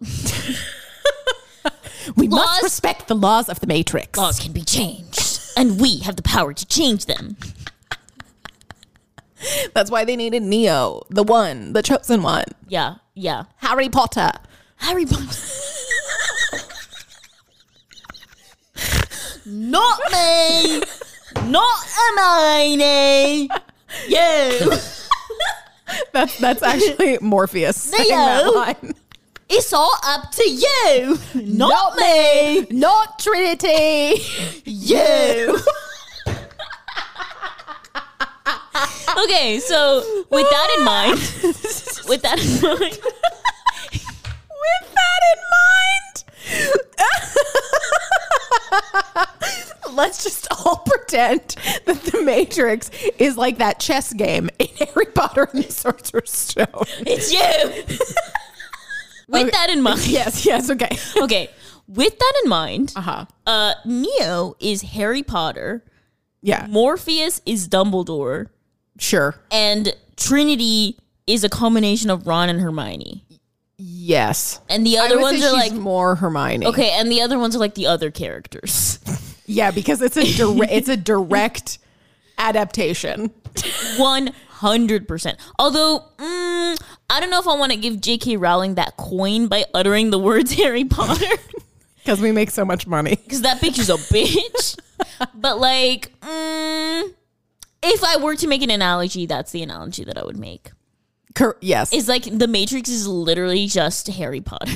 [SPEAKER 1] We
[SPEAKER 2] Laws-
[SPEAKER 1] must respect the laws of the Matrix.
[SPEAKER 2] laws can be changed, and we have the power to change them.
[SPEAKER 1] That's why they needed Neo, the one, the chosen one,
[SPEAKER 2] Yeah, yeah.
[SPEAKER 1] Harry Potter.
[SPEAKER 2] Harry Potter. Not me. Not Hermione. You.
[SPEAKER 1] That's that's actually Morpheus. saying that
[SPEAKER 2] Neo.
[SPEAKER 1] line.
[SPEAKER 2] It's all up to you. Not, me.
[SPEAKER 1] Not Trinity.
[SPEAKER 2] You. okay, so with that in mind, with that in mind,
[SPEAKER 1] With that in mind, let's just all pretend that the Matrix is like that chess game in Harry Potter and the Sorcerer's Stone.
[SPEAKER 2] it's you. with
[SPEAKER 1] Okay.
[SPEAKER 2] that in mind,
[SPEAKER 1] Yes, yes, okay.
[SPEAKER 2] okay. With that in mind,
[SPEAKER 1] Uh huh.
[SPEAKER 2] uh, Neo is Harry Potter,
[SPEAKER 1] Yeah,
[SPEAKER 2] Morpheus is Dumbledore,
[SPEAKER 1] sure.
[SPEAKER 2] and Trinity is a combination of Ron and Hermione.
[SPEAKER 1] Yes.
[SPEAKER 2] And the
[SPEAKER 1] I
[SPEAKER 2] other
[SPEAKER 1] would
[SPEAKER 2] ones
[SPEAKER 1] say
[SPEAKER 2] are
[SPEAKER 1] she's
[SPEAKER 2] like
[SPEAKER 1] more Hermione.
[SPEAKER 2] okay, and the other ones are like the other characters.
[SPEAKER 1] Yeah, because it's a dire- it's a direct adaptation.
[SPEAKER 2] One hundred percent. Although mm, I don't know if I want to give J.K. Rowling that coin by uttering the words Harry Potter
[SPEAKER 1] Because we make so much money.
[SPEAKER 2] because that bitch is a bitch. but like, mm, if I were to make an analogy, that's the analogy that I would make.
[SPEAKER 1] Cor- yes.
[SPEAKER 2] Is like the Matrix is literally just Harry Potter.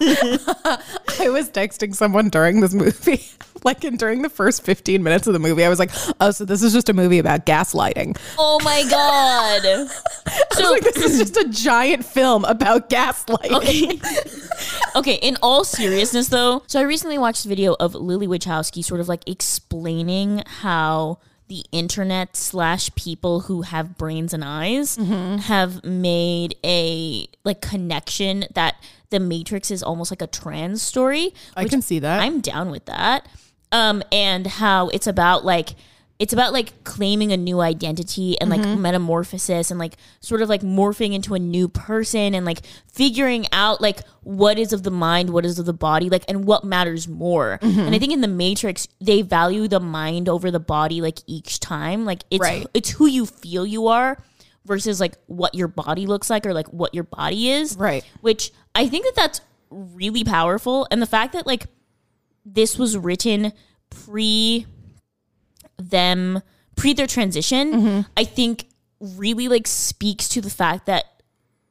[SPEAKER 1] I was texting someone during this movie, like, and during the first 15 minutes of the movie, I was like, oh, so this is just a movie about gaslighting.
[SPEAKER 2] Oh my god.
[SPEAKER 1] I was like, this is just a giant film about gaslighting.
[SPEAKER 2] Okay. okay, in all seriousness though, so I recently watched a video of Lily Wachowski sort of like explaining how the internet slash people who have brains and eyes have made a like connection that the Matrix is almost like a trans story.
[SPEAKER 1] I can see that.
[SPEAKER 2] I'm down with that. Um, and how it's about like it's about like claiming a new identity and like
[SPEAKER 1] Mm-hmm.
[SPEAKER 2] metamorphosis and like sort of like morphing into a new person and like figuring out like what is of the mind, what is of the body, like and what matters more.
[SPEAKER 1] Mm-hmm.
[SPEAKER 2] And I think in the Matrix they value the mind over the body like each time. Like it's
[SPEAKER 1] Right.
[SPEAKER 2] it's who you feel you are versus like what your body looks like or like what your body is
[SPEAKER 1] Right.
[SPEAKER 2] which I think that that's really powerful. And the fact that like this was written pre them pre their transition,
[SPEAKER 1] Mm-hmm.
[SPEAKER 2] I think really like speaks to the fact that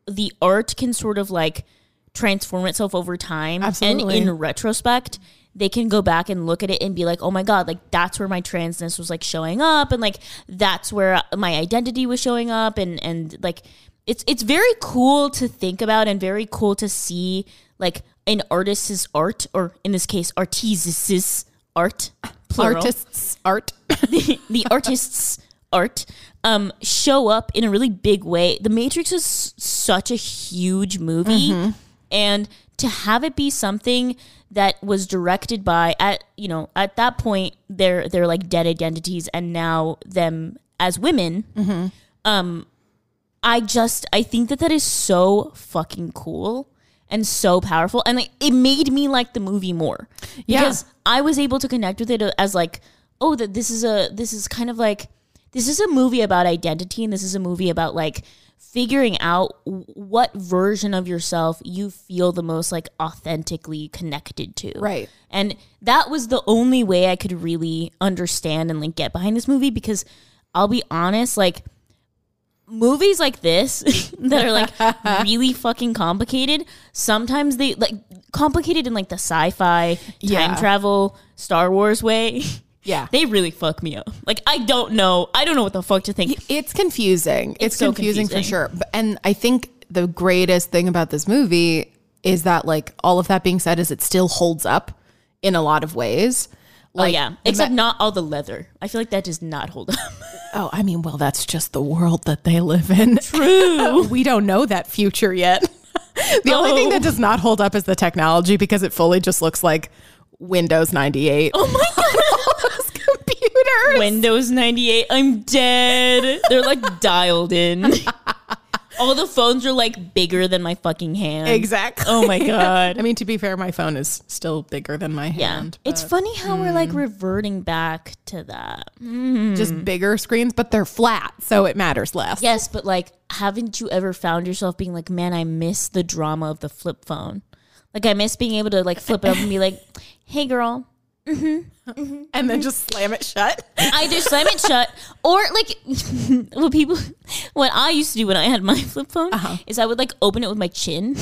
[SPEAKER 2] the art can sort of like transform itself over time
[SPEAKER 1] Absolutely.
[SPEAKER 2] and in retrospect they can go back and look at it and be like oh my god like that's where my transness was like showing up and like that's where my identity was showing up and and like it's it's very cool to think about and very cool to see like an artist's art or in this case artis's art plural
[SPEAKER 1] Artists, art.
[SPEAKER 2] the artist's art um, show up in a really big way. The Matrix is s- such a huge movie, and to have it be something that was directed by at you know at that point their their like dead identities and now them as women. Um, I just I think that that is so fucking cool and so powerful, and like, it made me like the movie more
[SPEAKER 1] Yeah.
[SPEAKER 2] because I was able to connect with it as like, oh, that this is a this is kind of like this is a movie about identity, and this is a movie about like figuring out w- what version of yourself you feel the most like authentically connected to.
[SPEAKER 1] Right.
[SPEAKER 2] And that was the only way I could really understand and like get behind this movie because I'll be honest, like movies like this that are like really fucking complicated sometimes they like complicated in like the sci-fi
[SPEAKER 1] Yeah.
[SPEAKER 2] time travel star wars way
[SPEAKER 1] Yeah.
[SPEAKER 2] they really fuck me up like i don't know i don't know what the fuck to think
[SPEAKER 1] It's confusing. It's,
[SPEAKER 2] so
[SPEAKER 1] confusing, for
[SPEAKER 2] confusing.
[SPEAKER 1] sure. But- And I think the greatest thing about this movie is that, like, all of that being said, is it still holds up in a lot of ways.
[SPEAKER 2] oh
[SPEAKER 1] Like,
[SPEAKER 2] yeah
[SPEAKER 1] the
[SPEAKER 2] except
[SPEAKER 1] ma-
[SPEAKER 2] not all the leather i feel like that does not hold up
[SPEAKER 1] oh, I mean, well, that's just the world that they live in. True. we don't know that future yet. the only thing
[SPEAKER 2] No.
[SPEAKER 1] that does not hold up is the technology because it fully just looks like Windows 98. Oh my God. computers.
[SPEAKER 2] windows 98 i'm dead they're like dialed in All the phones are like bigger than my fucking hand.
[SPEAKER 1] Exactly.
[SPEAKER 2] Oh my god.
[SPEAKER 1] I mean, to be fair, my phone is still bigger than my
[SPEAKER 2] yeah.
[SPEAKER 1] hand.
[SPEAKER 2] it's funny how we're
[SPEAKER 1] Hmm.
[SPEAKER 2] like reverting back to that. Mm.
[SPEAKER 1] Just bigger screens, but they're flat, so it matters less.
[SPEAKER 2] Yes, but like, haven't you ever found yourself being like, man, I miss the drama of the flip phone? Like, I miss being able to like flip it up and be like, hey, girl,
[SPEAKER 1] And
[SPEAKER 2] Mm-hmm.
[SPEAKER 1] then just slam it shut.
[SPEAKER 2] either slam it shut or like what people, what I used to do when I had my flip phone
[SPEAKER 1] Uh-huh.
[SPEAKER 2] is I would like open it with my chin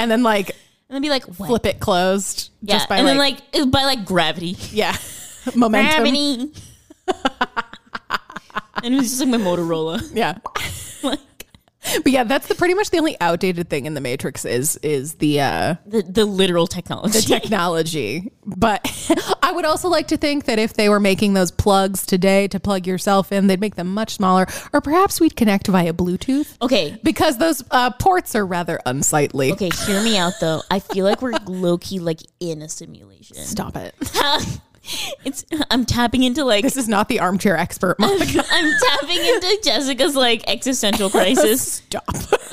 [SPEAKER 1] And then like
[SPEAKER 2] and then be like, what?
[SPEAKER 1] Uh-huh. flip it closed
[SPEAKER 2] Yeah,
[SPEAKER 1] just by
[SPEAKER 2] and
[SPEAKER 1] like,
[SPEAKER 2] then like by like gravity,
[SPEAKER 1] yeah. Momentum.
[SPEAKER 2] gravity, and it was just like my Motorola.
[SPEAKER 1] Yeah.
[SPEAKER 2] like
[SPEAKER 1] But yeah, that's the pretty much the only outdated thing in the Matrix is is the uh
[SPEAKER 2] the, the literal technology.
[SPEAKER 1] the technology. But I would also like to think that if they were making those plugs today to plug yourself in, they'd make them much smaller, or perhaps we'd connect via Bluetooth
[SPEAKER 2] okay.
[SPEAKER 1] because those uh, ports are rather unsightly.
[SPEAKER 2] Okay, hear me out though. I feel like we're low key like in a simulation.
[SPEAKER 1] Stop it.
[SPEAKER 2] It's I'm tapping into like
[SPEAKER 1] This is not the armchair expert. Monica.
[SPEAKER 2] I'm tapping into Jessica's like existential crisis.
[SPEAKER 1] Stop.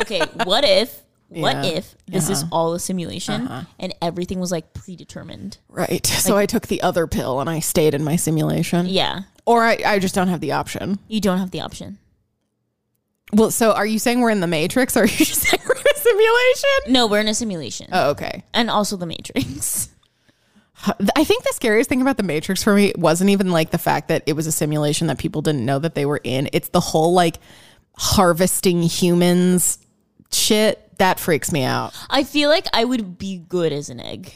[SPEAKER 2] Okay, what if what
[SPEAKER 1] Yeah. Uh-huh.
[SPEAKER 2] if this is all a simulation and everything was like predetermined?
[SPEAKER 1] Right. So I took the other pill and I stayed in my simulation.
[SPEAKER 2] Yeah.
[SPEAKER 1] Or I, I just don't have the option.
[SPEAKER 2] You don't have the option.
[SPEAKER 1] Well, so are you saying we're in the Matrix or are you saying we're in a simulation?
[SPEAKER 2] No, we're in a simulation.
[SPEAKER 1] Oh, okay.
[SPEAKER 2] and also the Matrix.
[SPEAKER 1] I think the scariest thing about the Matrix for me wasn't even like the fact that it was a simulation that people didn't know that they were in. It's the whole like harvesting humans shit that freaks me out.
[SPEAKER 2] I feel like I would be good as an egg.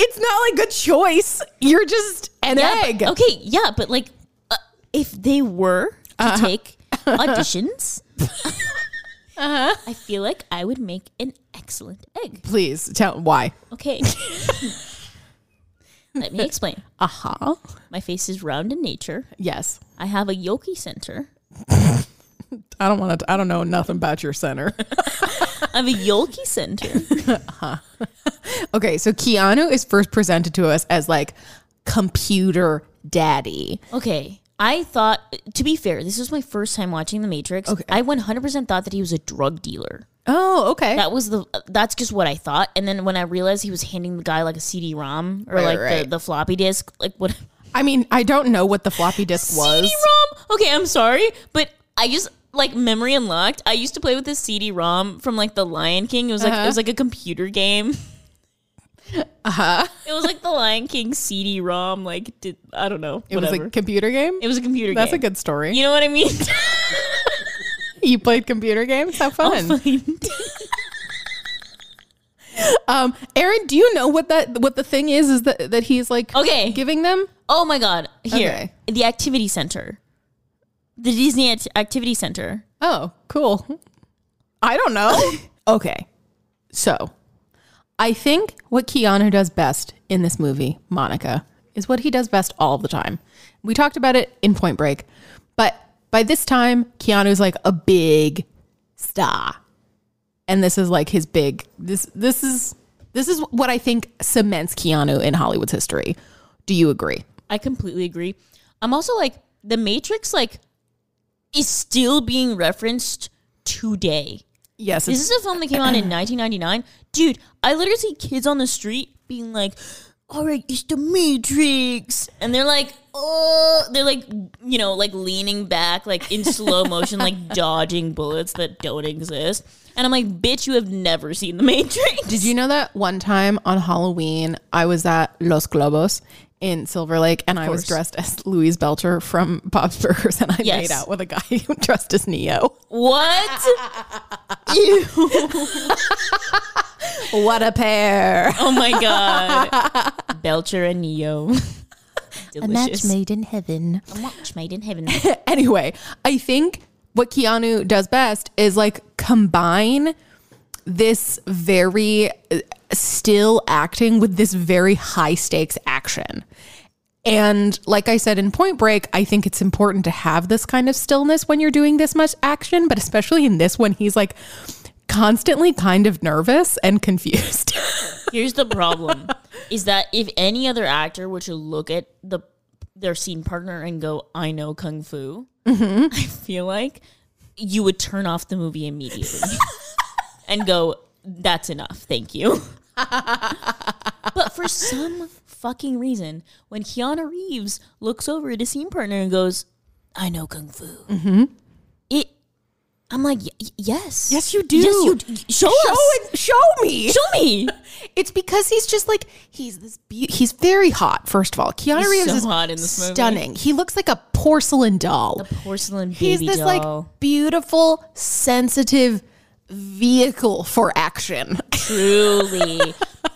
[SPEAKER 1] It's not like a choice. You're just an
[SPEAKER 2] Yeah,
[SPEAKER 1] egg.
[SPEAKER 2] but- okay, yeah, but like uh, if they were to take auditions, I feel like I would make an excellent egg.
[SPEAKER 1] Please tell why.
[SPEAKER 2] Okay. Let me explain.
[SPEAKER 1] Aha. Uh-huh.
[SPEAKER 2] My face is round in nature.
[SPEAKER 1] Yes.
[SPEAKER 2] I have a Yoki center.
[SPEAKER 1] I don't want to. I don't know nothing about your center.
[SPEAKER 2] I have a Yoki center.
[SPEAKER 1] Okay, so Keanu is first presented to us as like computer daddy.
[SPEAKER 2] Okay. I thought, to be fair, this was my first time watching The Matrix. I 100% thought that he was a drug dealer.
[SPEAKER 1] Oh, okay.
[SPEAKER 2] That was the. That's just what I thought. And then when I realized he was handing the guy like a CD-ROM or
[SPEAKER 1] Right,
[SPEAKER 2] like
[SPEAKER 1] right.
[SPEAKER 2] The, the floppy disk, like what
[SPEAKER 1] I mean, I don't know what the floppy disk was.
[SPEAKER 2] CD-ROM? Okay, I'm sorry, but I just like memory unlocked. I used to play with this CD-ROM from like The Lion King. It was like
[SPEAKER 1] Uh-huh.
[SPEAKER 2] it was like a computer game. Uh huh.
[SPEAKER 1] Uh-huh.
[SPEAKER 2] It was like The Lion King CD-ROM. Like did I don't know.
[SPEAKER 1] It
[SPEAKER 2] whatever.
[SPEAKER 1] was a computer game.
[SPEAKER 2] it was a computer.
[SPEAKER 1] That's
[SPEAKER 2] game.
[SPEAKER 1] a good story.
[SPEAKER 2] You know what I mean?
[SPEAKER 1] you played computer games. Have
[SPEAKER 2] Oh.
[SPEAKER 1] fun. um, Aaron, do you know what that what the thing is? Is that that he's like
[SPEAKER 2] Okay.
[SPEAKER 1] giving them?
[SPEAKER 2] Oh my god! Here,
[SPEAKER 1] Okay.
[SPEAKER 2] the activity center, the Disney Act- Activity Center.
[SPEAKER 1] Oh, cool. I don't know. okay, so I think what Keanu does best in this movie, Monica, is what he does best all the time. We talked about it in Point Break, but by this time, Keanu's like a big star. and this is like his big this this is this is what I think cements Keanu in Hollywood's history. Do you agree?
[SPEAKER 2] I completely agree. I'm also like the Matrix, like is still being referenced today.
[SPEAKER 1] Yes.
[SPEAKER 2] This is a film that came out in 1999, dude. I literally see kids on the street being like, "All right, it's the Matrix," and they're like, "Oh," they're like, you know, like leaning back, like in slow motion, like dodging bullets that don't exist. And I'm like, "Bitch, you have never seen the Matrix."
[SPEAKER 1] Did you know that one time on Halloween I was at Los Globos in Silver Lake and I was dressed as Louise Belcher from Bob's Burgers and I
[SPEAKER 2] Yes.
[SPEAKER 1] made out with a guy who dressed as Neo.
[SPEAKER 2] What? Ew.
[SPEAKER 1] What a pair.
[SPEAKER 2] Oh my god. Belcher and Neo. Delicious.
[SPEAKER 1] made in heaven.
[SPEAKER 2] A match made in heaven.
[SPEAKER 1] anyway, I think what Keanu does best is like combine this very uh, still acting with this very high stakes action. And like I said in Point Break, I think it's important to have this kind of stillness when you're doing this much action, but especially in this one, he's like constantly kind of nervous and confused.
[SPEAKER 2] Here's the problem is that if any other actor were to look at the
[SPEAKER 1] Mm-hmm.
[SPEAKER 2] their scene partner and go, I know kung fu, I feel like you would turn off the movie immediately and go, that's enough. Thank you. but for some fucking reason, when Keanu Reeves looks over at his scene partner and goes, I know Kung Fu.
[SPEAKER 1] Mm-hmm.
[SPEAKER 2] It, I'm like, y- y- yes.
[SPEAKER 1] Yes, you do.
[SPEAKER 2] Yes, you d- Show,
[SPEAKER 1] show
[SPEAKER 2] us.
[SPEAKER 1] it. Show me.
[SPEAKER 2] Show me.
[SPEAKER 1] It's because he's just like he's this. Be- he's very hot. First of all, Keanu
[SPEAKER 2] He's
[SPEAKER 1] Reeves
[SPEAKER 2] so
[SPEAKER 1] is
[SPEAKER 2] hot in this movie.
[SPEAKER 1] stunning. He looks like a porcelain doll.
[SPEAKER 2] Porcelain baby
[SPEAKER 1] he's this
[SPEAKER 2] doll.
[SPEAKER 1] like beautiful, sensitive vehicle for action.
[SPEAKER 2] truly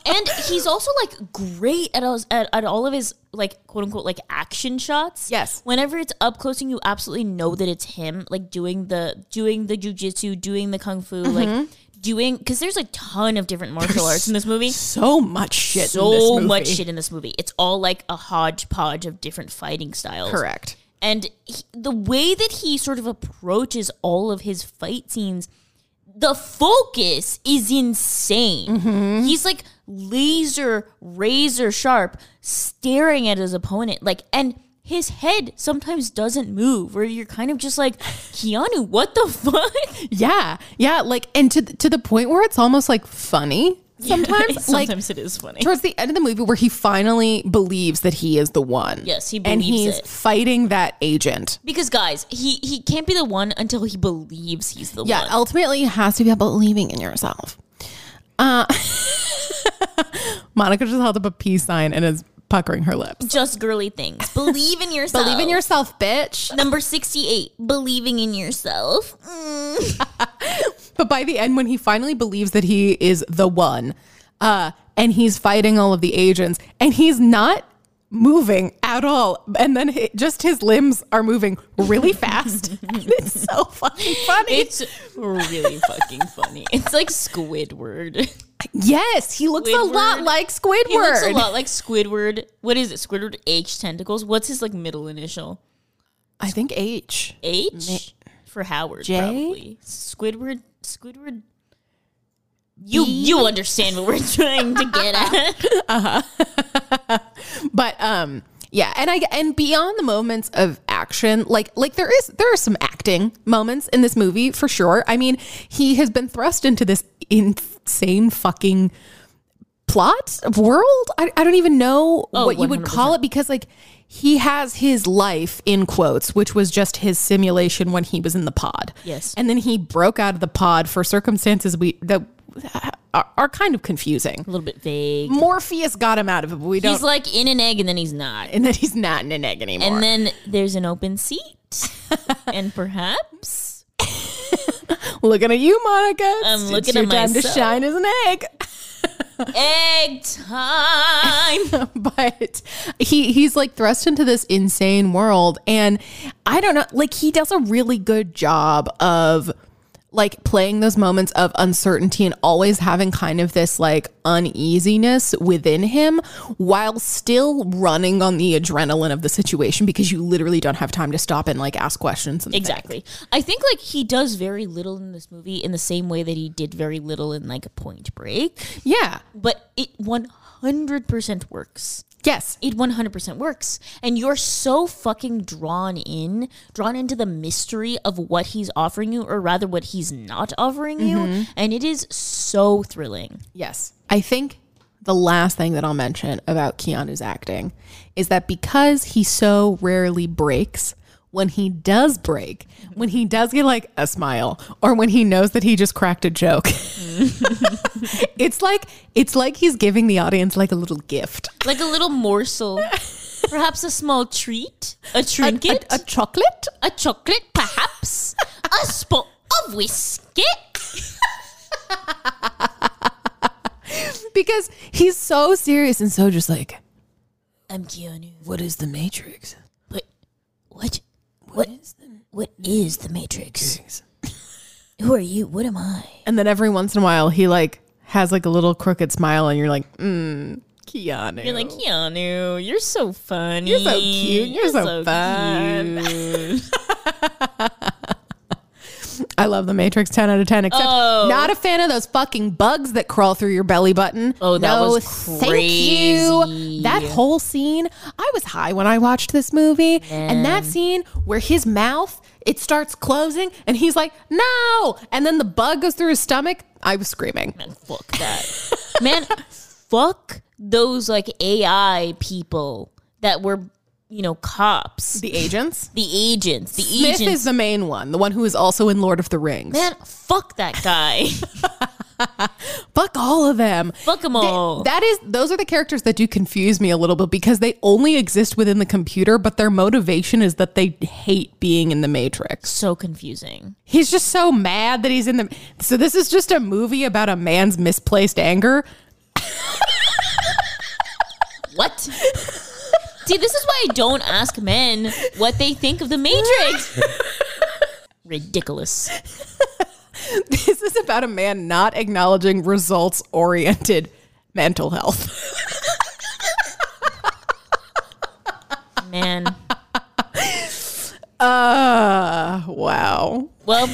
[SPEAKER 2] and he's also like great at, all- at, at all of his like quote unquote like action shots
[SPEAKER 1] Yes.
[SPEAKER 2] whenever it's up close and you absolutely know that it's him like doing the doing the jujitsu doing the kung fu like
[SPEAKER 1] Mm-hmm.
[SPEAKER 2] doing because there's a ton of different martial arts in this movie
[SPEAKER 1] So much shit. in this
[SPEAKER 2] so
[SPEAKER 1] movie.
[SPEAKER 2] much shit in this movie it's all like a hodgepodge of different fighting styles
[SPEAKER 1] Correct.
[SPEAKER 2] and he, the way that he sort of approaches all of his fight scenes the focus is insane he's like laser razor sharp staring at his opponent like and his head sometimes doesn't move where you're kind of just like keanu what the fuck
[SPEAKER 1] Yeah, yeah. Like, and to th- to the point where it's almost like funny sometimes. like
[SPEAKER 2] sometimes it is funny
[SPEAKER 1] towards the end of the movie, where he finally believes that he is the one.
[SPEAKER 2] Yes, he
[SPEAKER 1] and
[SPEAKER 2] believes
[SPEAKER 1] he's
[SPEAKER 2] it.
[SPEAKER 1] fighting that agent.
[SPEAKER 2] because guys he he can't be the one until he believes he's the
[SPEAKER 1] Yeah,
[SPEAKER 2] one
[SPEAKER 1] ultimately, it has to be about believing in yourself. Uh, Monica just held up a peace sign and is puckering her lips.
[SPEAKER 2] just girly things believe in yourself
[SPEAKER 1] Believe in yourself, bitch.
[SPEAKER 2] Number 68, believing in yourself. Mm.
[SPEAKER 1] But by the end, when he finally believes that he is the one, uh, and he's fighting all of the agents, and he's not moving at all, and then hi just his limbs are moving really fast. And it's so fucking funny.
[SPEAKER 2] It's really fucking funny. It's like Squidward.
[SPEAKER 1] yes, he looks a lot
[SPEAKER 2] Squidward.
[SPEAKER 1] like Squidward.
[SPEAKER 2] He looks a lot like Squidward. What is it? Squidward H tentacles. What's his like middle initial?
[SPEAKER 1] I think H.
[SPEAKER 2] H for Howard
[SPEAKER 1] J?
[SPEAKER 2] probably. Squidward Squidward You you understand what we're trying to get at.
[SPEAKER 1] but um yeah and i and beyond the moments of action like like there is there are some acting moments in this movie for sure i mean he has been thrust into this insane fucking plot of world i, I don't even know
[SPEAKER 2] Oh,
[SPEAKER 1] what you would call it because like he has his life in quotes which was just his simulation when he was in the pod
[SPEAKER 2] Yes.
[SPEAKER 1] and then he broke out of the pod for circumstances we that uh, are, are kind of confusing
[SPEAKER 2] A little bit vague.
[SPEAKER 1] morpheus got him out of it but we don't
[SPEAKER 2] He's like in an egg and then he's not.
[SPEAKER 1] and then he's not in an egg anymore.
[SPEAKER 2] And then there's an open seat. and perhaps
[SPEAKER 1] looking at you, Monica.
[SPEAKER 2] I'm
[SPEAKER 1] It's-
[SPEAKER 2] looking
[SPEAKER 1] it's your
[SPEAKER 2] at
[SPEAKER 1] time to
[SPEAKER 2] myself.
[SPEAKER 1] shine as an egg.
[SPEAKER 2] egg time.
[SPEAKER 1] but he he's like thrust into this insane world, and I don't know. Like he does a really good job of like playing those moments of uncertainty and always having kind of this like uneasiness within him while still running on the adrenaline of the situation because you literally don't have time to stop and like ask questions and think.
[SPEAKER 2] Exactly. I think like he does very little in this movie in the same way that he did very little in like Point Break,
[SPEAKER 1] yeah
[SPEAKER 2] but it 100% works.
[SPEAKER 1] yes
[SPEAKER 2] It 100% works. And you're so fucking drawn in, drawn into the mystery of what he's offering you or rather what he's not offering you,
[SPEAKER 1] Mm-hmm.
[SPEAKER 2] and it is so thrilling.
[SPEAKER 1] Yes. I think the last thing that I'll mention about Keanu's acting is that because he so rarely breaks, when he does break, when he does get like a smile or when he knows that he just cracked a joke, it's like it's like he's giving the audience like a little gift.
[SPEAKER 2] Like a little morsel, perhaps a small treat, a
[SPEAKER 1] A,
[SPEAKER 2] trinket,
[SPEAKER 1] a chocolate?
[SPEAKER 2] a chocolate, perhaps, a spot of whiskey.
[SPEAKER 1] Because he's so serious and so just like,
[SPEAKER 2] I'm Keanu.
[SPEAKER 1] what is the matrix?
[SPEAKER 2] But what? What is the what is the Matrix? Who are you? What am I?
[SPEAKER 1] And then every once in a while he like has like a little crooked smile and you're like, mm, Keanu.
[SPEAKER 2] You're like Keanu. You're so funny.
[SPEAKER 1] You're so cute. You're so fun.
[SPEAKER 2] cute.
[SPEAKER 3] I love the Matrix 10 out of 10, except
[SPEAKER 2] Oh.
[SPEAKER 1] Not a fan of those fucking bugs that crawl through your belly button.
[SPEAKER 2] Oh, that
[SPEAKER 1] no,
[SPEAKER 2] was
[SPEAKER 1] Thank
[SPEAKER 2] crazy.
[SPEAKER 1] you. That whole scene, I was high when I watched this movie, and that scene where his mouth it starts closing and he's like, "No!" and then the bug goes through his stomach. I was screaming.
[SPEAKER 2] Man, fuck that. Man, fuck those like AI people that were, you know, cops, the,
[SPEAKER 1] The agents.
[SPEAKER 2] agents, the
[SPEAKER 1] Smith
[SPEAKER 2] agents.
[SPEAKER 1] is the main one, the one who is also in Lord of the Rings.
[SPEAKER 2] Man, fuck that guy.
[SPEAKER 1] Fuck all of them.
[SPEAKER 2] fuck them all.
[SPEAKER 1] That is those are the characters that do confuse me a little bit because they only exist within the computer, but their motivation is that they hate being in the Matrix.
[SPEAKER 2] so confusing.
[SPEAKER 1] He's just so mad that he's in the So this is just a movie about a man's misplaced anger.
[SPEAKER 2] What? See, this is why I don't ask men what they think of the Matrix. Ridiculous.
[SPEAKER 1] This is about a man not acknowledging results oriented mental health.
[SPEAKER 2] Man.
[SPEAKER 1] Uh wow.
[SPEAKER 2] Well,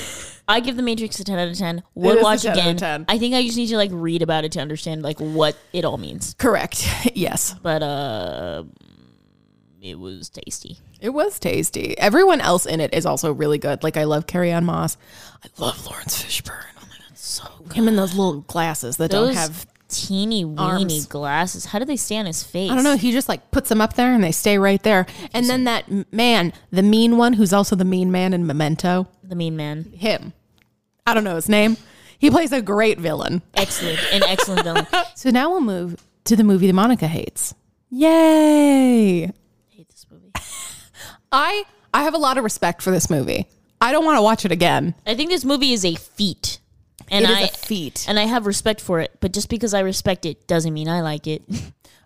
[SPEAKER 2] I give The Matrix a 10 out of 10.
[SPEAKER 1] It
[SPEAKER 2] Would
[SPEAKER 1] is a
[SPEAKER 2] watch
[SPEAKER 1] 10 out of
[SPEAKER 2] again.
[SPEAKER 1] 10.
[SPEAKER 2] I think I just need to like read about it to understand like what it all means.
[SPEAKER 1] Correct. Yes.
[SPEAKER 2] But uh it was tasty.
[SPEAKER 1] It was tasty. Everyone else in it is also really good. Like I love Carrie Ann Moss. I love Lawrence Fishburne. Oh my god, so good. him in those little glasses that
[SPEAKER 2] Those
[SPEAKER 1] don't have.
[SPEAKER 2] teeny weeny
[SPEAKER 1] arms.
[SPEAKER 2] glasses. How do they stay on his face?
[SPEAKER 1] I don't know. He just like puts them up there and they stay right there. And then that m- man, the mean one, who's also the mean man in Memento,
[SPEAKER 2] The mean man.
[SPEAKER 1] him. I don't know his name. He plays a great villain.
[SPEAKER 2] Excellent. An excellent villain.
[SPEAKER 1] So now we'll move to the movie that Monica hates. Yay!
[SPEAKER 2] hate this movie.
[SPEAKER 1] I I have a lot of respect for this movie. I don't want to watch it again.
[SPEAKER 2] I think this movie is a feat. And
[SPEAKER 1] It is
[SPEAKER 2] I
[SPEAKER 1] a feat.
[SPEAKER 2] And I have respect for it, but just because I respect it doesn't mean I like it.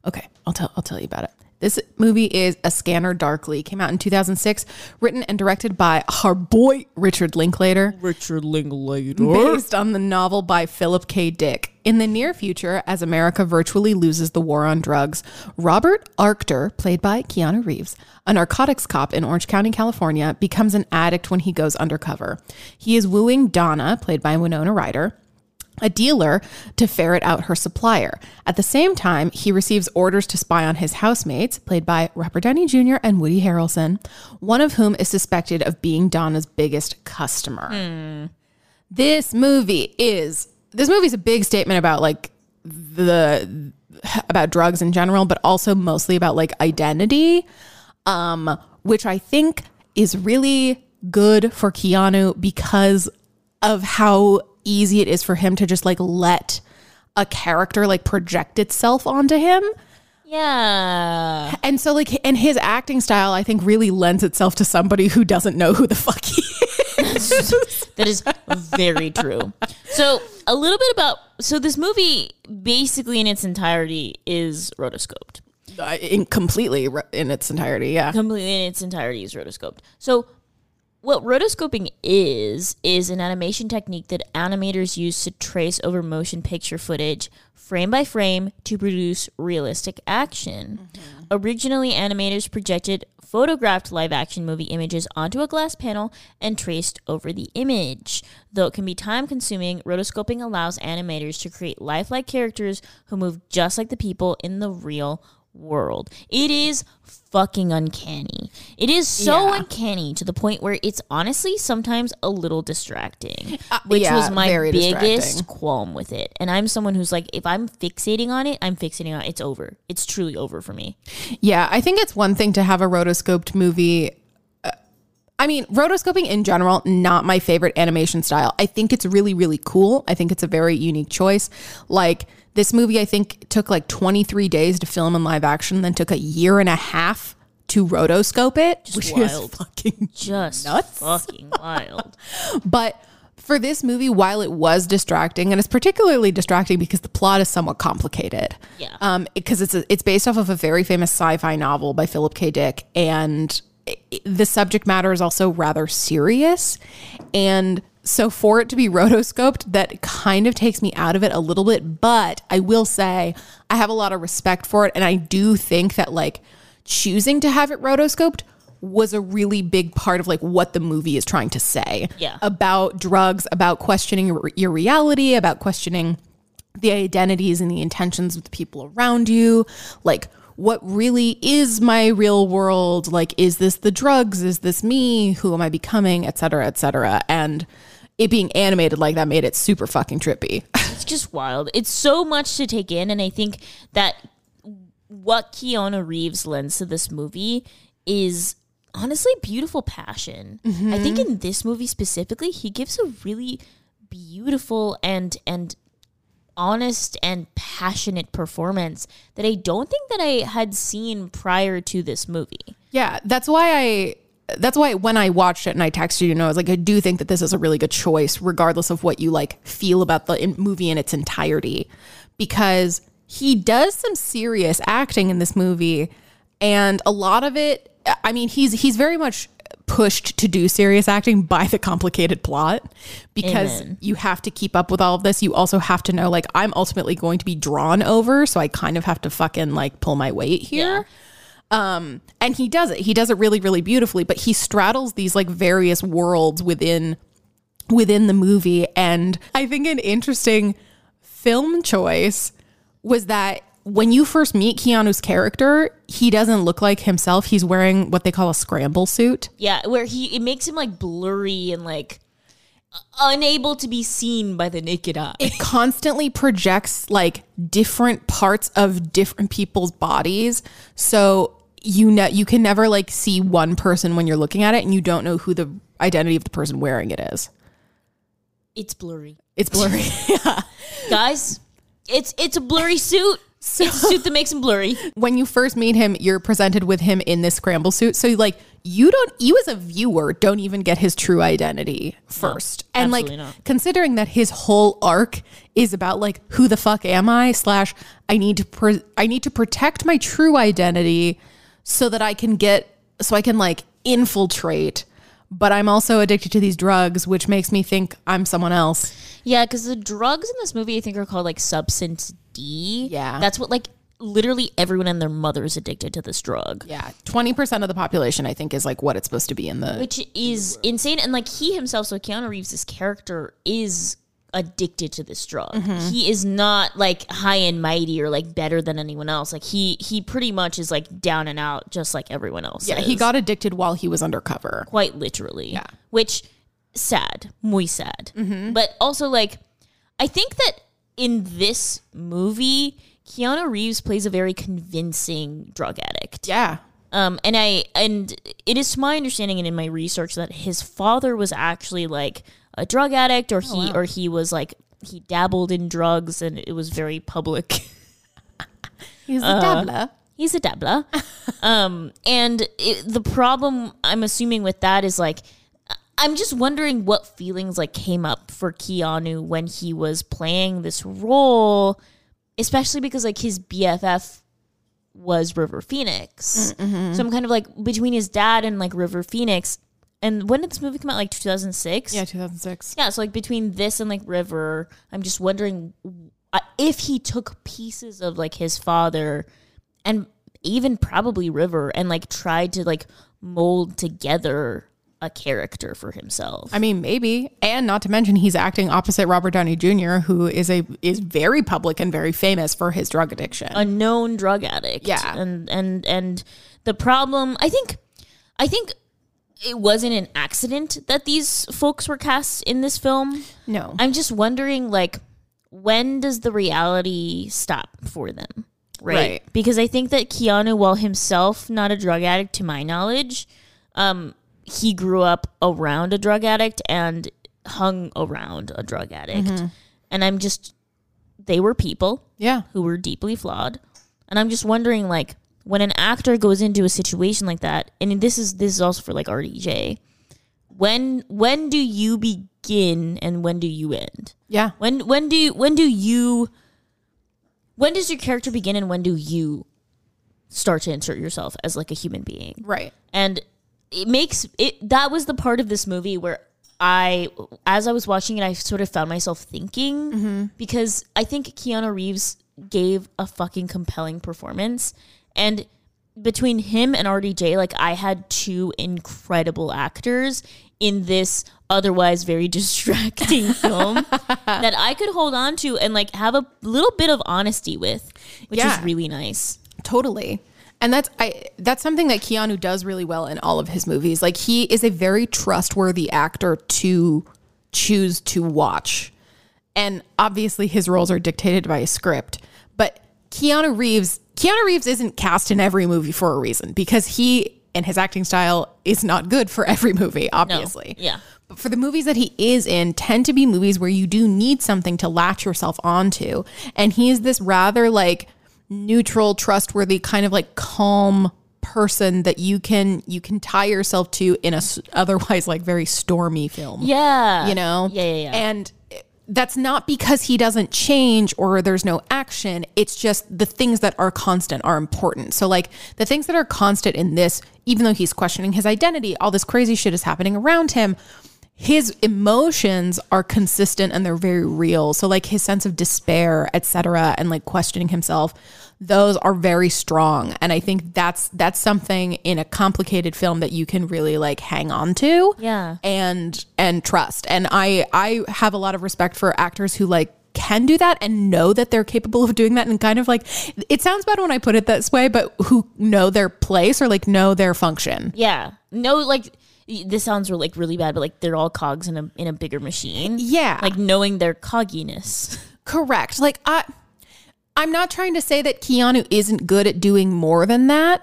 [SPEAKER 1] Okay, I'll tell I'll tell you about it. This movie is A Scanner Darkly. Came out in 2006, written and directed by our boy Richard Linklater.
[SPEAKER 2] Richard Linklater.
[SPEAKER 1] Based on the novel by Philip K. Dick. In the near future, as America virtually loses the war on drugs, Robert Arctor, played by Keanu Reeves, a narcotics cop in Orange County, California, becomes an addict when he goes undercover. He is wooing Donna, played by Winona Ryder, a dealer to ferret out her supplier. At the same time, he receives orders to spy on his housemates, played by Robert Downey Jr. and Woody Harrelson, one of whom is suspected of being Donna's biggest customer this movie is this movie's a big statement about like the about drugs in general but also mostly about like identity um which i think is really good for keanu because of how easy it is for him to just like let a character like project itself onto him
[SPEAKER 2] Yeah.
[SPEAKER 1] and so like and his acting style i think really lends itself to somebody who doesn't know who the fuck he is
[SPEAKER 2] That is very true. So, a little bit about so this movie basically in its entirety is rotoscoped.
[SPEAKER 1] Uh, in, completely in its entirety yeah
[SPEAKER 2] Completely in its entirety is rotoscoped. So, what rotoscoping is is an animation technique that animators use to trace over motion picture footage frame by frame to produce realistic action. Originally, animators projected photographed live action movie images onto a glass panel and traced over the image. Though it can be time consuming, rotoscoping allows animators to create lifelike characters who move just like the people in the real world. It is fucking uncanny. It is so uncanny to the point where it's honestly sometimes a little distracting, which
[SPEAKER 1] Uh, yeah,
[SPEAKER 2] was my
[SPEAKER 1] very
[SPEAKER 2] biggest
[SPEAKER 1] distracting.
[SPEAKER 2] qualm with it. And I'm someone who's like, if I'm fixating on it, I'm fixating on it. It's over. It's truly over for me.
[SPEAKER 1] Yeah, I think it's one thing to have a rotoscoped movie. Uh, I mean, rotoscoping in general, not my favorite animation style. I think it's really, really cool. I think it's a very unique choice. Like this movie, I think took like 23 days to film in live action, then took a year and a half to rotoscope it, which
[SPEAKER 2] wild.
[SPEAKER 1] is fucking
[SPEAKER 2] Just fucking wild.
[SPEAKER 1] but for this movie, while it was distracting, and it's particularly distracting because the plot is somewhat complicated.
[SPEAKER 2] Yeah.
[SPEAKER 1] Um, because it's a, it's based off of a very famous sci-fi novel by Philip K. Dick, and i i- the subject matter is also rather serious, and so for it to be rotoscoped, that kind of takes me out of it a little bit. But I will say, I have a lot of respect for it, and I do think that like choosing to have it rotoscoped was a really big part of like what the movie is trying to say
[SPEAKER 2] Yeah.
[SPEAKER 1] about drugs, about questioning your- your reality, about questioning the identities and the intentions of the people around you. Like, what really is my real world? Like, is this the drugs? Is this me? Who am I becoming? Et cetera, et cetera. And it being animated like that made it super fucking trippy.
[SPEAKER 2] It's just wild. It's so much to take in, and I think that what Keanu Reeves lends to this movie is honestly beautiful passion. I think in this movie specifically, he gives a really beautiful and and honest and passionate performance that I don't think that I had seen prior to this movie.
[SPEAKER 1] Yeah, that's why I. That's why when I watched it and I texted you, you know, I was like, I do think that this is a really good choice, regardless of what you like feel about the in- movie in its entirety, because he does some serious acting in this movie, and a lot of it. I mean, he's he's very much pushed to do serious acting by the complicated plot because
[SPEAKER 2] Amen.
[SPEAKER 1] you have to keep up with all of this. You also have to know, like, I'm ultimately going to be drawn over, so I kind of have to fucking like pull my weight here and he does it he does it really really beautifully but he straddles these like various worlds within within the movie and i think an interesting film choice was that when you first meet keanu's character he doesn't look like himself he's wearing what they call a scramble suit
[SPEAKER 2] Yeah, where he it makes him like blurry and like unable to be seen by the naked eye.
[SPEAKER 1] it constantly projects like different parts of different people's bodies so you know you can never like see one person when you're looking at it and you don't know who the identity of the person wearing it is
[SPEAKER 2] It's blurry.
[SPEAKER 1] it's blurry
[SPEAKER 2] guys it's it's a blurry suit it's a suit that makes him blurry
[SPEAKER 1] when you first meet him, you're presented with him in this scramble suit. So like you don't you as a viewer don't even get his true identity first. and like
[SPEAKER 2] absolutely not.
[SPEAKER 1] considering that his whole arc is about like who the fuck am I slash I need to pr I need to protect my true identity so that I can get so I can like infiltrate but I'm also addicted to these drugs, which makes me think I'm someone else.
[SPEAKER 2] yeah because the drugs in this movie i think are called like substance d
[SPEAKER 1] Yeah.
[SPEAKER 2] that's what like literally everyone and their mother is addicted to this drug
[SPEAKER 1] Yeah. 20% of the population, I think, is like what it's supposed to be in the
[SPEAKER 2] which is insane and like he himself so keanu reeves' character is addicted to this drug he is not like high and mighty or like better than anyone else like he he pretty much is like down and out just like everyone else
[SPEAKER 1] Yeah, he
[SPEAKER 2] is.
[SPEAKER 1] got addicted while he was undercover.
[SPEAKER 2] quite literally. Yeah. Which sad, muy sad. But also like I think that in this movie Keanu Reeves plays a very convincing drug addict.
[SPEAKER 1] Yeah.
[SPEAKER 2] Um and I and it is to my understanding and in my research that his father was actually like a drug addict or he or he was like he dabbled in drugs and it was very public.
[SPEAKER 1] He's a
[SPEAKER 2] Uh-huh.
[SPEAKER 1] dabbler.
[SPEAKER 2] he's a dabbler. um, and it, the problem I'm assuming with that is like, I- I'm just wondering what feelings like came up for Keanu when he was playing this role, especially because like his BFF was River Phoenix. So I'm kind of like between his dad and like River Phoenix. And when did this movie come out? Like 2006?
[SPEAKER 1] 2006.
[SPEAKER 2] Yeah, so like between this and like River, I'm just wondering uh, if he took pieces of like his father and even probably River and like tried to like mold together a character for himself.
[SPEAKER 1] I mean, maybe. And not to mention he's acting opposite Robert Downey Jr., who is a is very public and very famous for his drug addiction.
[SPEAKER 2] a known drug addict.
[SPEAKER 1] Yeah.
[SPEAKER 2] And and and the problem, I think I think it wasn't an accident that these folks were cast in this film.
[SPEAKER 1] no.
[SPEAKER 2] I'm just wondering, like, when does the reality stop for them? Right?
[SPEAKER 1] Right.
[SPEAKER 2] Because I think that Keanu, while himself not a drug addict to my knowledge, um, he grew up around a drug addict and hung around a drug addict. And I'm just, they were people
[SPEAKER 1] yeah.
[SPEAKER 2] who were deeply flawed. And I'm just wondering, like, when an actor goes into a situation like that, and this is this is also for like RDJ, when when do you begin and when do you end?
[SPEAKER 1] Yeah.
[SPEAKER 2] When when do you, when do you when does your character begin and when do you start to insert yourself as like a human being?
[SPEAKER 1] Right.
[SPEAKER 2] and it makes it that was the part of this movie where i as i was watching it i sort of found myself thinking
[SPEAKER 1] Mm-hmm.
[SPEAKER 2] because i think keanu reeves gave a fucking compelling performance and between him and RDJ, like I had two incredible actors in this otherwise very distracting film that I could hold on to and like have a little bit of honesty with, which
[SPEAKER 1] Yeah.
[SPEAKER 2] is really nice.
[SPEAKER 1] Totally. And that's I that's something that Keanu does really well in all of his movies. Like he is a very trustworthy actor to choose to watch. And obviously his roles are dictated by a script, but Keanu Reeves Keanu Reeves isn't cast in every movie for a reason because he and his acting style is not good for every movie,
[SPEAKER 2] No.
[SPEAKER 1] obviously.
[SPEAKER 2] Yeah.
[SPEAKER 1] But for the movies that he is in, tend to be movies where you do need something to latch yourself onto. And he is this rather like neutral, trustworthy, kind of like calm person that you can you can tie yourself to in a s- otherwise like very stormy film
[SPEAKER 2] Yeah.
[SPEAKER 1] you know?
[SPEAKER 2] Yeah, yeah, yeah.
[SPEAKER 1] And that's not because he doesn't change or there's no action. It's just the things that are constant are important. So, like, the things that are constant in this, even though he's questioning his identity, all this crazy shit is happening around him. His emotions are consistent and they're very real. So, like his sense of despair, etc., and like questioning himself, those are very strong. And I think that's that's something in a complicated film that you can really like hang on to
[SPEAKER 2] Yeah.
[SPEAKER 1] and and trust and i i have a lot of respect for actors who like can do that and know that they're capable of doing that and kind of like it sounds bad when i put it this way but who know their place or like know their function
[SPEAKER 2] Yeah. No, like y- this sounds re- like really bad, but like they're all cogs in a in a bigger machine.
[SPEAKER 1] Yeah.
[SPEAKER 2] Like knowing their cogginess.
[SPEAKER 1] correct like i i'm not trying to say that keanu isn't good at doing more than that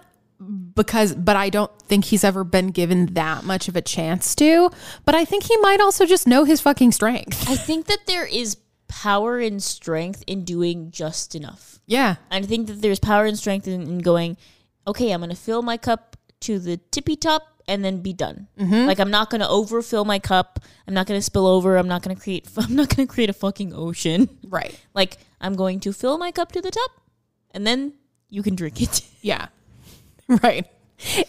[SPEAKER 1] because but i don't think he's ever been given that much of a chance to but i think he might also just know his fucking strength
[SPEAKER 2] I think that there is power and strength in doing just enough.
[SPEAKER 1] yeah
[SPEAKER 2] I think that there's power and strength in, in going, okay, I'm going to fill my cup to the tippy top and then be done. Like I'm not going to overfill my cup. I'm not going to spill over. I'm not going to create. I'm not going to create a fucking ocean.
[SPEAKER 1] right
[SPEAKER 2] Like I'm going to fill my cup to the top, and then you can drink it.
[SPEAKER 1] Yeah. Right.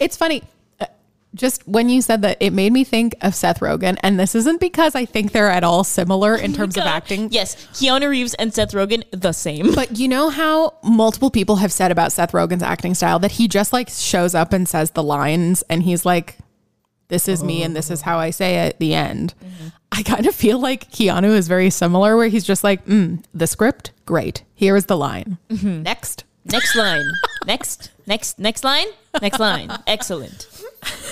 [SPEAKER 1] It's funny. uh, Just when you said that, it made me think of Seth Rogen. And this isn't because I think they're at all similar in terms of acting.
[SPEAKER 2] Yes, Keanu Reeves and Seth Rogen the same.
[SPEAKER 1] But you know how multiple people have said about Seth Rogen's acting style that he just like shows up and says the lines and he's like, this is me and this is how I say it, the end. I kind of feel like Keanu is very similar, where he's just like, mm, the script, great. Here is the line. Next.
[SPEAKER 2] Next line. Next, next, next line. Next line. Excellent.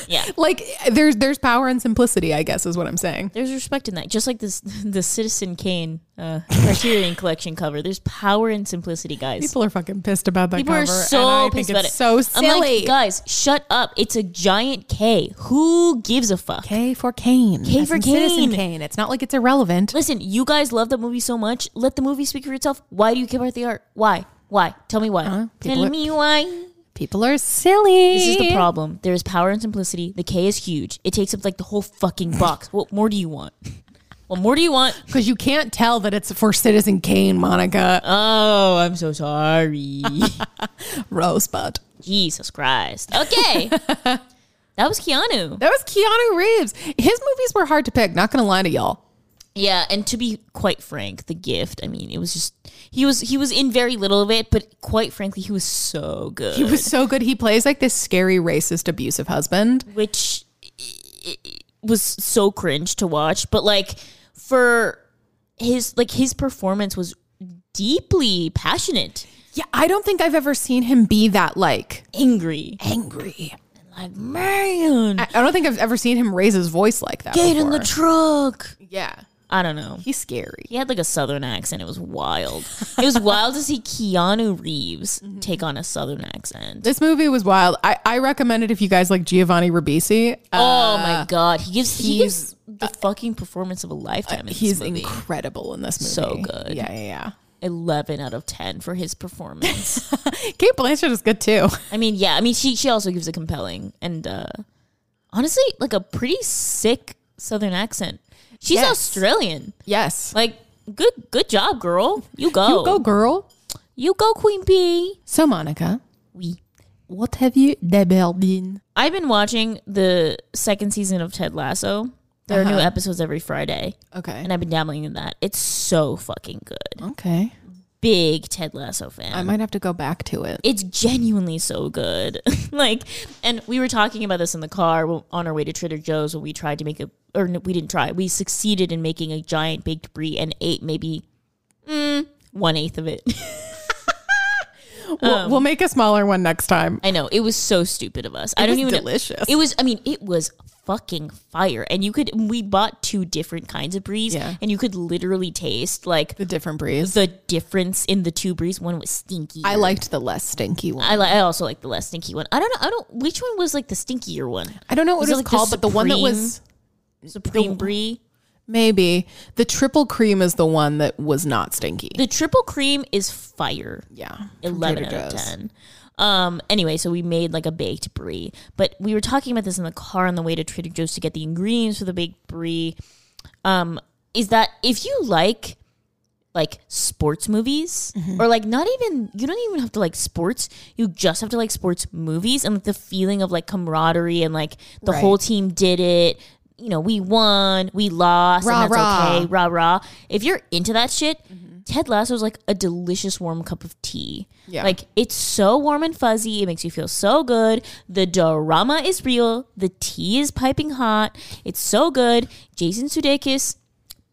[SPEAKER 2] Yeah.
[SPEAKER 1] Like there's there's power in simplicity, I guess is what I'm saying.
[SPEAKER 2] There's respect in that. Just like this the Citizen Kane uh Criterion collection cover. There's power in simplicity, guys. People,
[SPEAKER 1] People are fucking pissed about that cover.
[SPEAKER 2] are so
[SPEAKER 1] and I
[SPEAKER 2] pissed
[SPEAKER 1] think
[SPEAKER 2] about
[SPEAKER 1] it's
[SPEAKER 2] it.
[SPEAKER 1] so
[SPEAKER 2] I'm
[SPEAKER 1] silly.
[SPEAKER 2] like, guys, shut up. It's a giant K. Who gives a fuck?
[SPEAKER 1] K for Kane.
[SPEAKER 2] K
[SPEAKER 1] as
[SPEAKER 2] for
[SPEAKER 1] in Citizen
[SPEAKER 2] Kane.
[SPEAKER 1] Kane. It's not like it's irrelevant.
[SPEAKER 2] Listen, you guys love that movie so much. Let the movie speak for itself. Why do you care about the art? Why? Why? Tell me why.
[SPEAKER 1] Uh-huh. people
[SPEAKER 2] Tell
[SPEAKER 1] are-
[SPEAKER 2] me why.
[SPEAKER 1] People are silly.
[SPEAKER 2] This is the problem. There's power and simplicity. The K is huge. It takes up like the whole fucking box. What more do you want? What more do you want?
[SPEAKER 1] because you can't tell that it's for Citizen Kane, Monica.
[SPEAKER 2] Oh, I'm so sorry.
[SPEAKER 1] Rosebud.
[SPEAKER 2] Jesus Christ. Okay. that was Keanu.
[SPEAKER 1] That was Keanu Reeves. His movies were hard to pick. Not gonna lie to y'all.
[SPEAKER 2] Yeah, and to be quite frank, the gift, I mean, it was just he was he was in very little of it, but quite frankly, he was so good.
[SPEAKER 1] He was so good. He plays like this scary, racist, abusive husband.
[SPEAKER 2] which i- i- was so cringe to watch but like for his like his performance was deeply passionate
[SPEAKER 1] Yeah, I don't think I've ever seen him be that like
[SPEAKER 2] angry
[SPEAKER 1] angry.
[SPEAKER 2] like man
[SPEAKER 1] I, I don't think I've ever seen him raise his voice like that.
[SPEAKER 2] get in the
[SPEAKER 1] before.
[SPEAKER 2] truck
[SPEAKER 1] yeah,
[SPEAKER 2] i don't know
[SPEAKER 1] he's scary.
[SPEAKER 2] he had like a southern accent it was wild it was wild to see keanu reeves take on a southern accent
[SPEAKER 1] This movie was wild. I, I recommend it if you guys like Giovanni Ribisi. Uh,
[SPEAKER 2] oh my god he gives he gives uh, the fucking performance of a lifetime in
[SPEAKER 1] he's
[SPEAKER 2] this movie.
[SPEAKER 1] incredible in this movie.
[SPEAKER 2] So good.
[SPEAKER 1] Yeah, yeah,
[SPEAKER 2] 11 out of 10 for his performance
[SPEAKER 1] yeah. Kate Blanchett is good too.
[SPEAKER 2] I mean, yeah. I mean, she she also gives a compelling and uh, honestly, like a pretty sick Southern accent. She's
[SPEAKER 1] Yes.
[SPEAKER 2] Australian.
[SPEAKER 1] Yes.
[SPEAKER 2] Like, good good job, girl. You go.
[SPEAKER 1] You go, girl.
[SPEAKER 2] You go, Queen Bee.
[SPEAKER 1] So, Monica,
[SPEAKER 2] We.
[SPEAKER 1] what have you dabbled in?
[SPEAKER 2] I've been watching the second season of Ted Lasso. There
[SPEAKER 3] Uh-huh.
[SPEAKER 2] are new episodes every Friday,
[SPEAKER 1] Okay.
[SPEAKER 3] Oh.
[SPEAKER 2] and I've been dabbling in that. It's so fucking good.
[SPEAKER 1] Okay.
[SPEAKER 2] big Ted Lasso fan.
[SPEAKER 1] I might have to go back to it.
[SPEAKER 2] it's genuinely so good. like, and we were talking about this in the car w- on our way to Trader Joe's when we tried to make a, or no, we didn't try, we succeeded in making a giant baked brie and ate maybe mm, one eighth of it.
[SPEAKER 3] We'll,
[SPEAKER 2] um,
[SPEAKER 3] we'll make a smaller one next time.
[SPEAKER 2] I know it was so stupid of us. I don't
[SPEAKER 3] was
[SPEAKER 2] even know-
[SPEAKER 3] delicious.
[SPEAKER 2] It was. I mean, it was fucking fire. And you could. We bought two different kinds of breeze,
[SPEAKER 1] Yeah.
[SPEAKER 2] and you could literally taste like
[SPEAKER 1] The different breeze.
[SPEAKER 2] the difference in the two breeze. One was stinky.
[SPEAKER 1] I liked the less stinky one.
[SPEAKER 2] I, li- I also like the less stinky one. I don't know. I don't. Which one was like the stinkier one?
[SPEAKER 1] I don't know what
[SPEAKER 2] Was
[SPEAKER 1] it
[SPEAKER 2] it
[SPEAKER 1] was
[SPEAKER 2] like the
[SPEAKER 1] called, but the one that was
[SPEAKER 2] Supreme brie.
[SPEAKER 1] maybe the triple cream is the one that was not stinky.
[SPEAKER 2] The triple cream is fire.
[SPEAKER 1] yeah.
[SPEAKER 2] Eleven
[SPEAKER 1] Trader
[SPEAKER 2] out of
[SPEAKER 1] Joe's.
[SPEAKER 2] ten. Um. Anyway, so we made like a baked brie, but we were talking about this in the car on the way to Trader Joe's to get the ingredients for the baked brie. Um. Is that if you like like sports movies
[SPEAKER 1] Mm-hmm.
[SPEAKER 2] or like not even you don't even have to like sports you just have to like sports movies and like the feeling of like camaraderie and like the
[SPEAKER 1] Right.
[SPEAKER 2] whole team did it you know we won we lost
[SPEAKER 1] Rah,
[SPEAKER 2] and that's
[SPEAKER 1] rah. Mm-hmm.
[SPEAKER 2] okay rah rah if you're into that shit ted lasso is like a delicious warm cup of tea
[SPEAKER 1] Yeah.
[SPEAKER 2] like it's so warm and fuzzy it makes you feel so good the drama is real the tea is piping hot it's so good jason sudeikis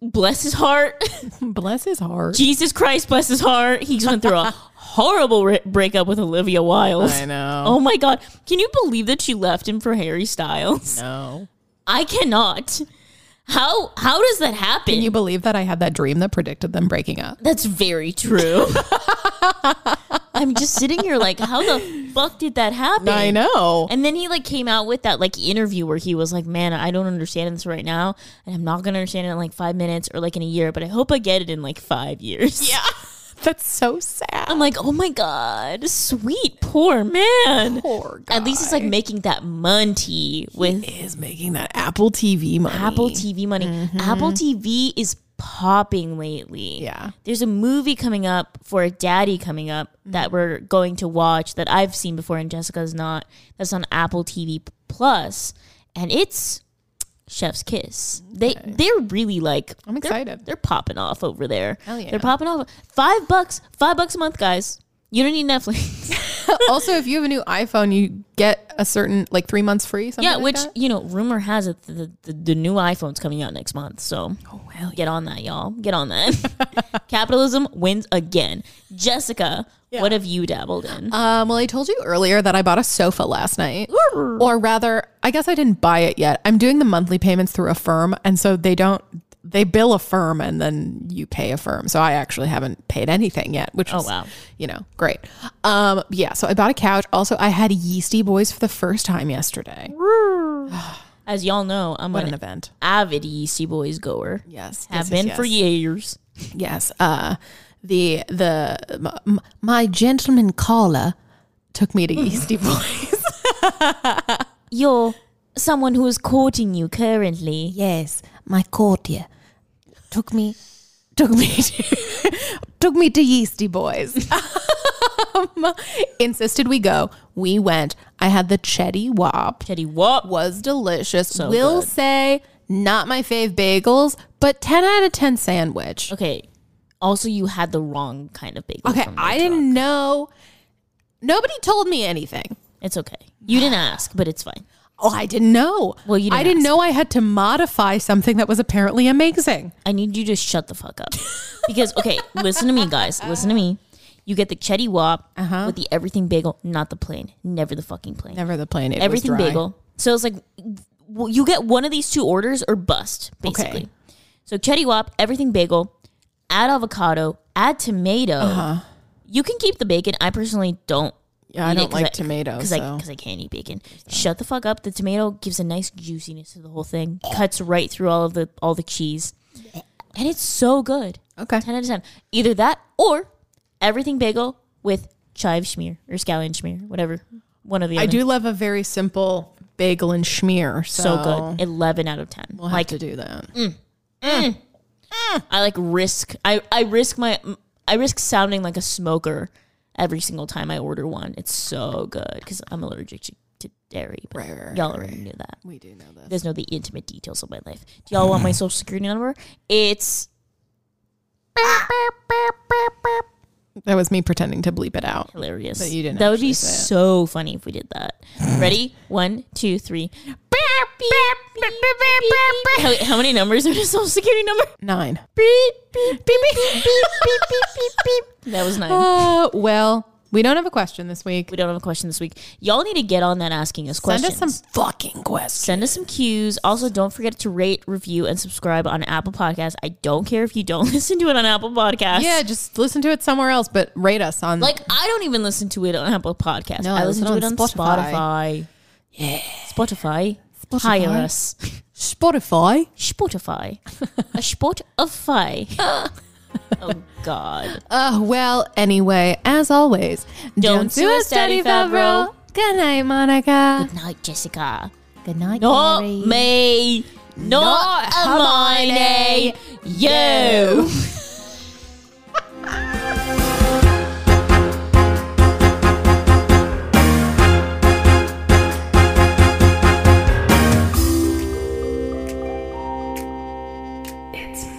[SPEAKER 2] bless his heart
[SPEAKER 1] Bless his heart.
[SPEAKER 2] Jesus Christ, bless his heart. He went through a horrible re- breakup with Olivia Wilde.
[SPEAKER 1] I know.
[SPEAKER 2] Oh my God. Can you believe that she left him for Harry Styles?
[SPEAKER 1] No.
[SPEAKER 2] I cannot. How how does that happen?
[SPEAKER 1] Can you believe that I had that dream that predicted them breaking up?
[SPEAKER 2] That's very true. I'm just sitting here like, how the fuck did that happen?
[SPEAKER 1] I know.
[SPEAKER 2] And then he like came out with that like interview where he was like, "Man, I don't understand this right now, and I'm not gonna understand it in like five minutes or like in a year, but I hope I get it in like five years." Yeah.
[SPEAKER 1] That's so sad.
[SPEAKER 2] I'm like, oh my god, sweet poor man.
[SPEAKER 1] Poor guy.
[SPEAKER 2] At least it's like making that money with
[SPEAKER 1] is making that Apple TV money.
[SPEAKER 2] Apple TV money.
[SPEAKER 1] Mm-hmm.
[SPEAKER 2] Apple TV is popping lately.
[SPEAKER 1] Yeah.
[SPEAKER 2] There's a movie coming up for a daddy coming up that we're going to watch that I've seen before and Jessica's not. That's on Apple TV Plus and it's Chef's Kiss. They they're really like
[SPEAKER 1] I'm
[SPEAKER 2] they're-
[SPEAKER 1] excited.
[SPEAKER 2] They're, popping off over there.
[SPEAKER 1] Hell yeah.
[SPEAKER 2] They're popping off. 5 bucks, 5 bucks a month, guys. You don't need Netflix.
[SPEAKER 1] also, if you have a new iPhone, you get a certain like three months free. Something
[SPEAKER 2] yeah,
[SPEAKER 1] like
[SPEAKER 2] which
[SPEAKER 1] that?
[SPEAKER 2] you know, rumor has it the, the the new iPhone's coming out next month. So
[SPEAKER 1] Oh,
[SPEAKER 2] get on that, y'all. Get on that. Capitalism wins again. Jessica, what have you dabbled in?
[SPEAKER 1] Um, well, I told you earlier that I bought a sofa last night, or rather, I guess I didn't buy it yet. I'm doing the monthly payments through a firm, and so they don't they bill a firm and then you pay a firm. So I actually haven't paid anything yet, which oh
[SPEAKER 2] wow.
[SPEAKER 1] you know, great. Um, yeah, so I bought a couch. Also, I had Yeasty Boys for the first time yesterday.
[SPEAKER 2] As y'all know, I'm
[SPEAKER 1] What
[SPEAKER 2] an
[SPEAKER 1] an event!
[SPEAKER 2] avid Yeasty Boys goer.
[SPEAKER 1] Yes,
[SPEAKER 2] have
[SPEAKER 1] yes,
[SPEAKER 2] been
[SPEAKER 1] yes,
[SPEAKER 2] for
[SPEAKER 1] yes.
[SPEAKER 2] years.
[SPEAKER 1] Yes. Uh, the the m- m- my gentleman caller took me to Yeasty Boys.
[SPEAKER 2] You're someone who is courting you currently.
[SPEAKER 1] Yes, my courtier took me took me to, took me to Yeasty Boys. Um, insisted we go. We went. I had the Chetty Wop.
[SPEAKER 2] Teddy, what?
[SPEAKER 1] Was delicious. Will say not my fave bagels, but ten out of ten sandwich.
[SPEAKER 2] Okay. Also, you had the wrong kind of bagel.
[SPEAKER 1] Okay,
[SPEAKER 2] from the
[SPEAKER 1] I
[SPEAKER 2] truck.
[SPEAKER 1] didn't know. Nobody told me anything.
[SPEAKER 2] It's okay. You didn't ask, but it's fine.
[SPEAKER 1] Oh, I didn't know.
[SPEAKER 2] Well, you didn't
[SPEAKER 1] I didn't
[SPEAKER 2] ask.
[SPEAKER 1] know I had to modify something that was apparently amazing.
[SPEAKER 2] I need you to shut the fuck up. Because okay, listen to me, guys. Listen to me. You get the Chetty Wop with the everything bagel, not the plain. Never the fucking plain.
[SPEAKER 1] Uh-huh. Never the plan. It was
[SPEAKER 2] everything
[SPEAKER 1] dry.
[SPEAKER 2] bagel. So it's like w- you get one of these two orders or bust, basically.
[SPEAKER 1] Okay.
[SPEAKER 2] So Chetty Wop, everything bagel, add avocado, add tomato.
[SPEAKER 1] Uh-huh.
[SPEAKER 2] You can keep the bacon. I personally don't.
[SPEAKER 1] Yeah, I don't like tomato,
[SPEAKER 2] because
[SPEAKER 1] so.
[SPEAKER 2] I because I can't eat bacon. Shut the fuck up. The tomato gives a nice juiciness to the whole thing. Cuts right through all of the all the cheese, and it's so good.
[SPEAKER 1] Okay.
[SPEAKER 2] ten out of ten. Either that or everything bagel with chive schmear or scallion schmear, whatever. One of the
[SPEAKER 1] I
[SPEAKER 2] other.
[SPEAKER 1] do love a very simple bagel and schmear. So,
[SPEAKER 2] so good. Eleven out of 10
[SPEAKER 1] We'll have
[SPEAKER 2] like
[SPEAKER 1] to do that.
[SPEAKER 2] I like risk. I I risk my. I risk sounding like a smoker every single time I order one. It's so good because I'm allergic to, to dairy. But
[SPEAKER 1] Right, right, right,
[SPEAKER 2] y'all already knew that.
[SPEAKER 1] We do know that.
[SPEAKER 2] There's no the intimate details of my life. Do y'all want my social security number? It's
[SPEAKER 1] That was me pretending to bleep it out.
[SPEAKER 2] Hilarious.
[SPEAKER 1] But you didn't
[SPEAKER 2] that would be
[SPEAKER 1] actually say it.
[SPEAKER 2] so funny if we did that. Ready? One, two, three. Beep, beep, beep, beep, beep, beep. How, how many numbers are in a social security number?
[SPEAKER 1] Nine.
[SPEAKER 2] Beep, beep, beep, beep, beep, beep, beep, beep, beep. Oh. That was nine.
[SPEAKER 1] Uh, well, we don't have a question this week.
[SPEAKER 2] we don't have a question this week. Y'all need to get on that asking us
[SPEAKER 1] Send
[SPEAKER 2] questions.
[SPEAKER 1] us some fucking questions.
[SPEAKER 2] Send us some cues. Also, don't forget to rate, review, and subscribe on Apple Podcasts. I don't care if you don't listen to it on Apple Podcasts.
[SPEAKER 1] Yeah, just listen to it somewhere else, but rate us on
[SPEAKER 2] Like, I don't even listen to it on Apple Podcasts.
[SPEAKER 1] No,
[SPEAKER 2] I,
[SPEAKER 1] I
[SPEAKER 2] listen,
[SPEAKER 1] listen
[SPEAKER 2] to it on
[SPEAKER 1] on
[SPEAKER 2] Spotify.
[SPEAKER 1] Spotify.
[SPEAKER 2] Yeah. Spotify. Hire us.
[SPEAKER 1] Spotify.
[SPEAKER 2] Spotify. a spot of fi. oh, God.
[SPEAKER 1] Oh, well, anyway, as always,
[SPEAKER 2] Don't sue us, Daddy Favreau.
[SPEAKER 1] Good night, Monica.
[SPEAKER 2] Good night, Jessica.
[SPEAKER 1] Good night,
[SPEAKER 2] Not me. Not,
[SPEAKER 1] Not
[SPEAKER 2] Hermione.
[SPEAKER 1] Hermione.
[SPEAKER 2] you.
[SPEAKER 4] It's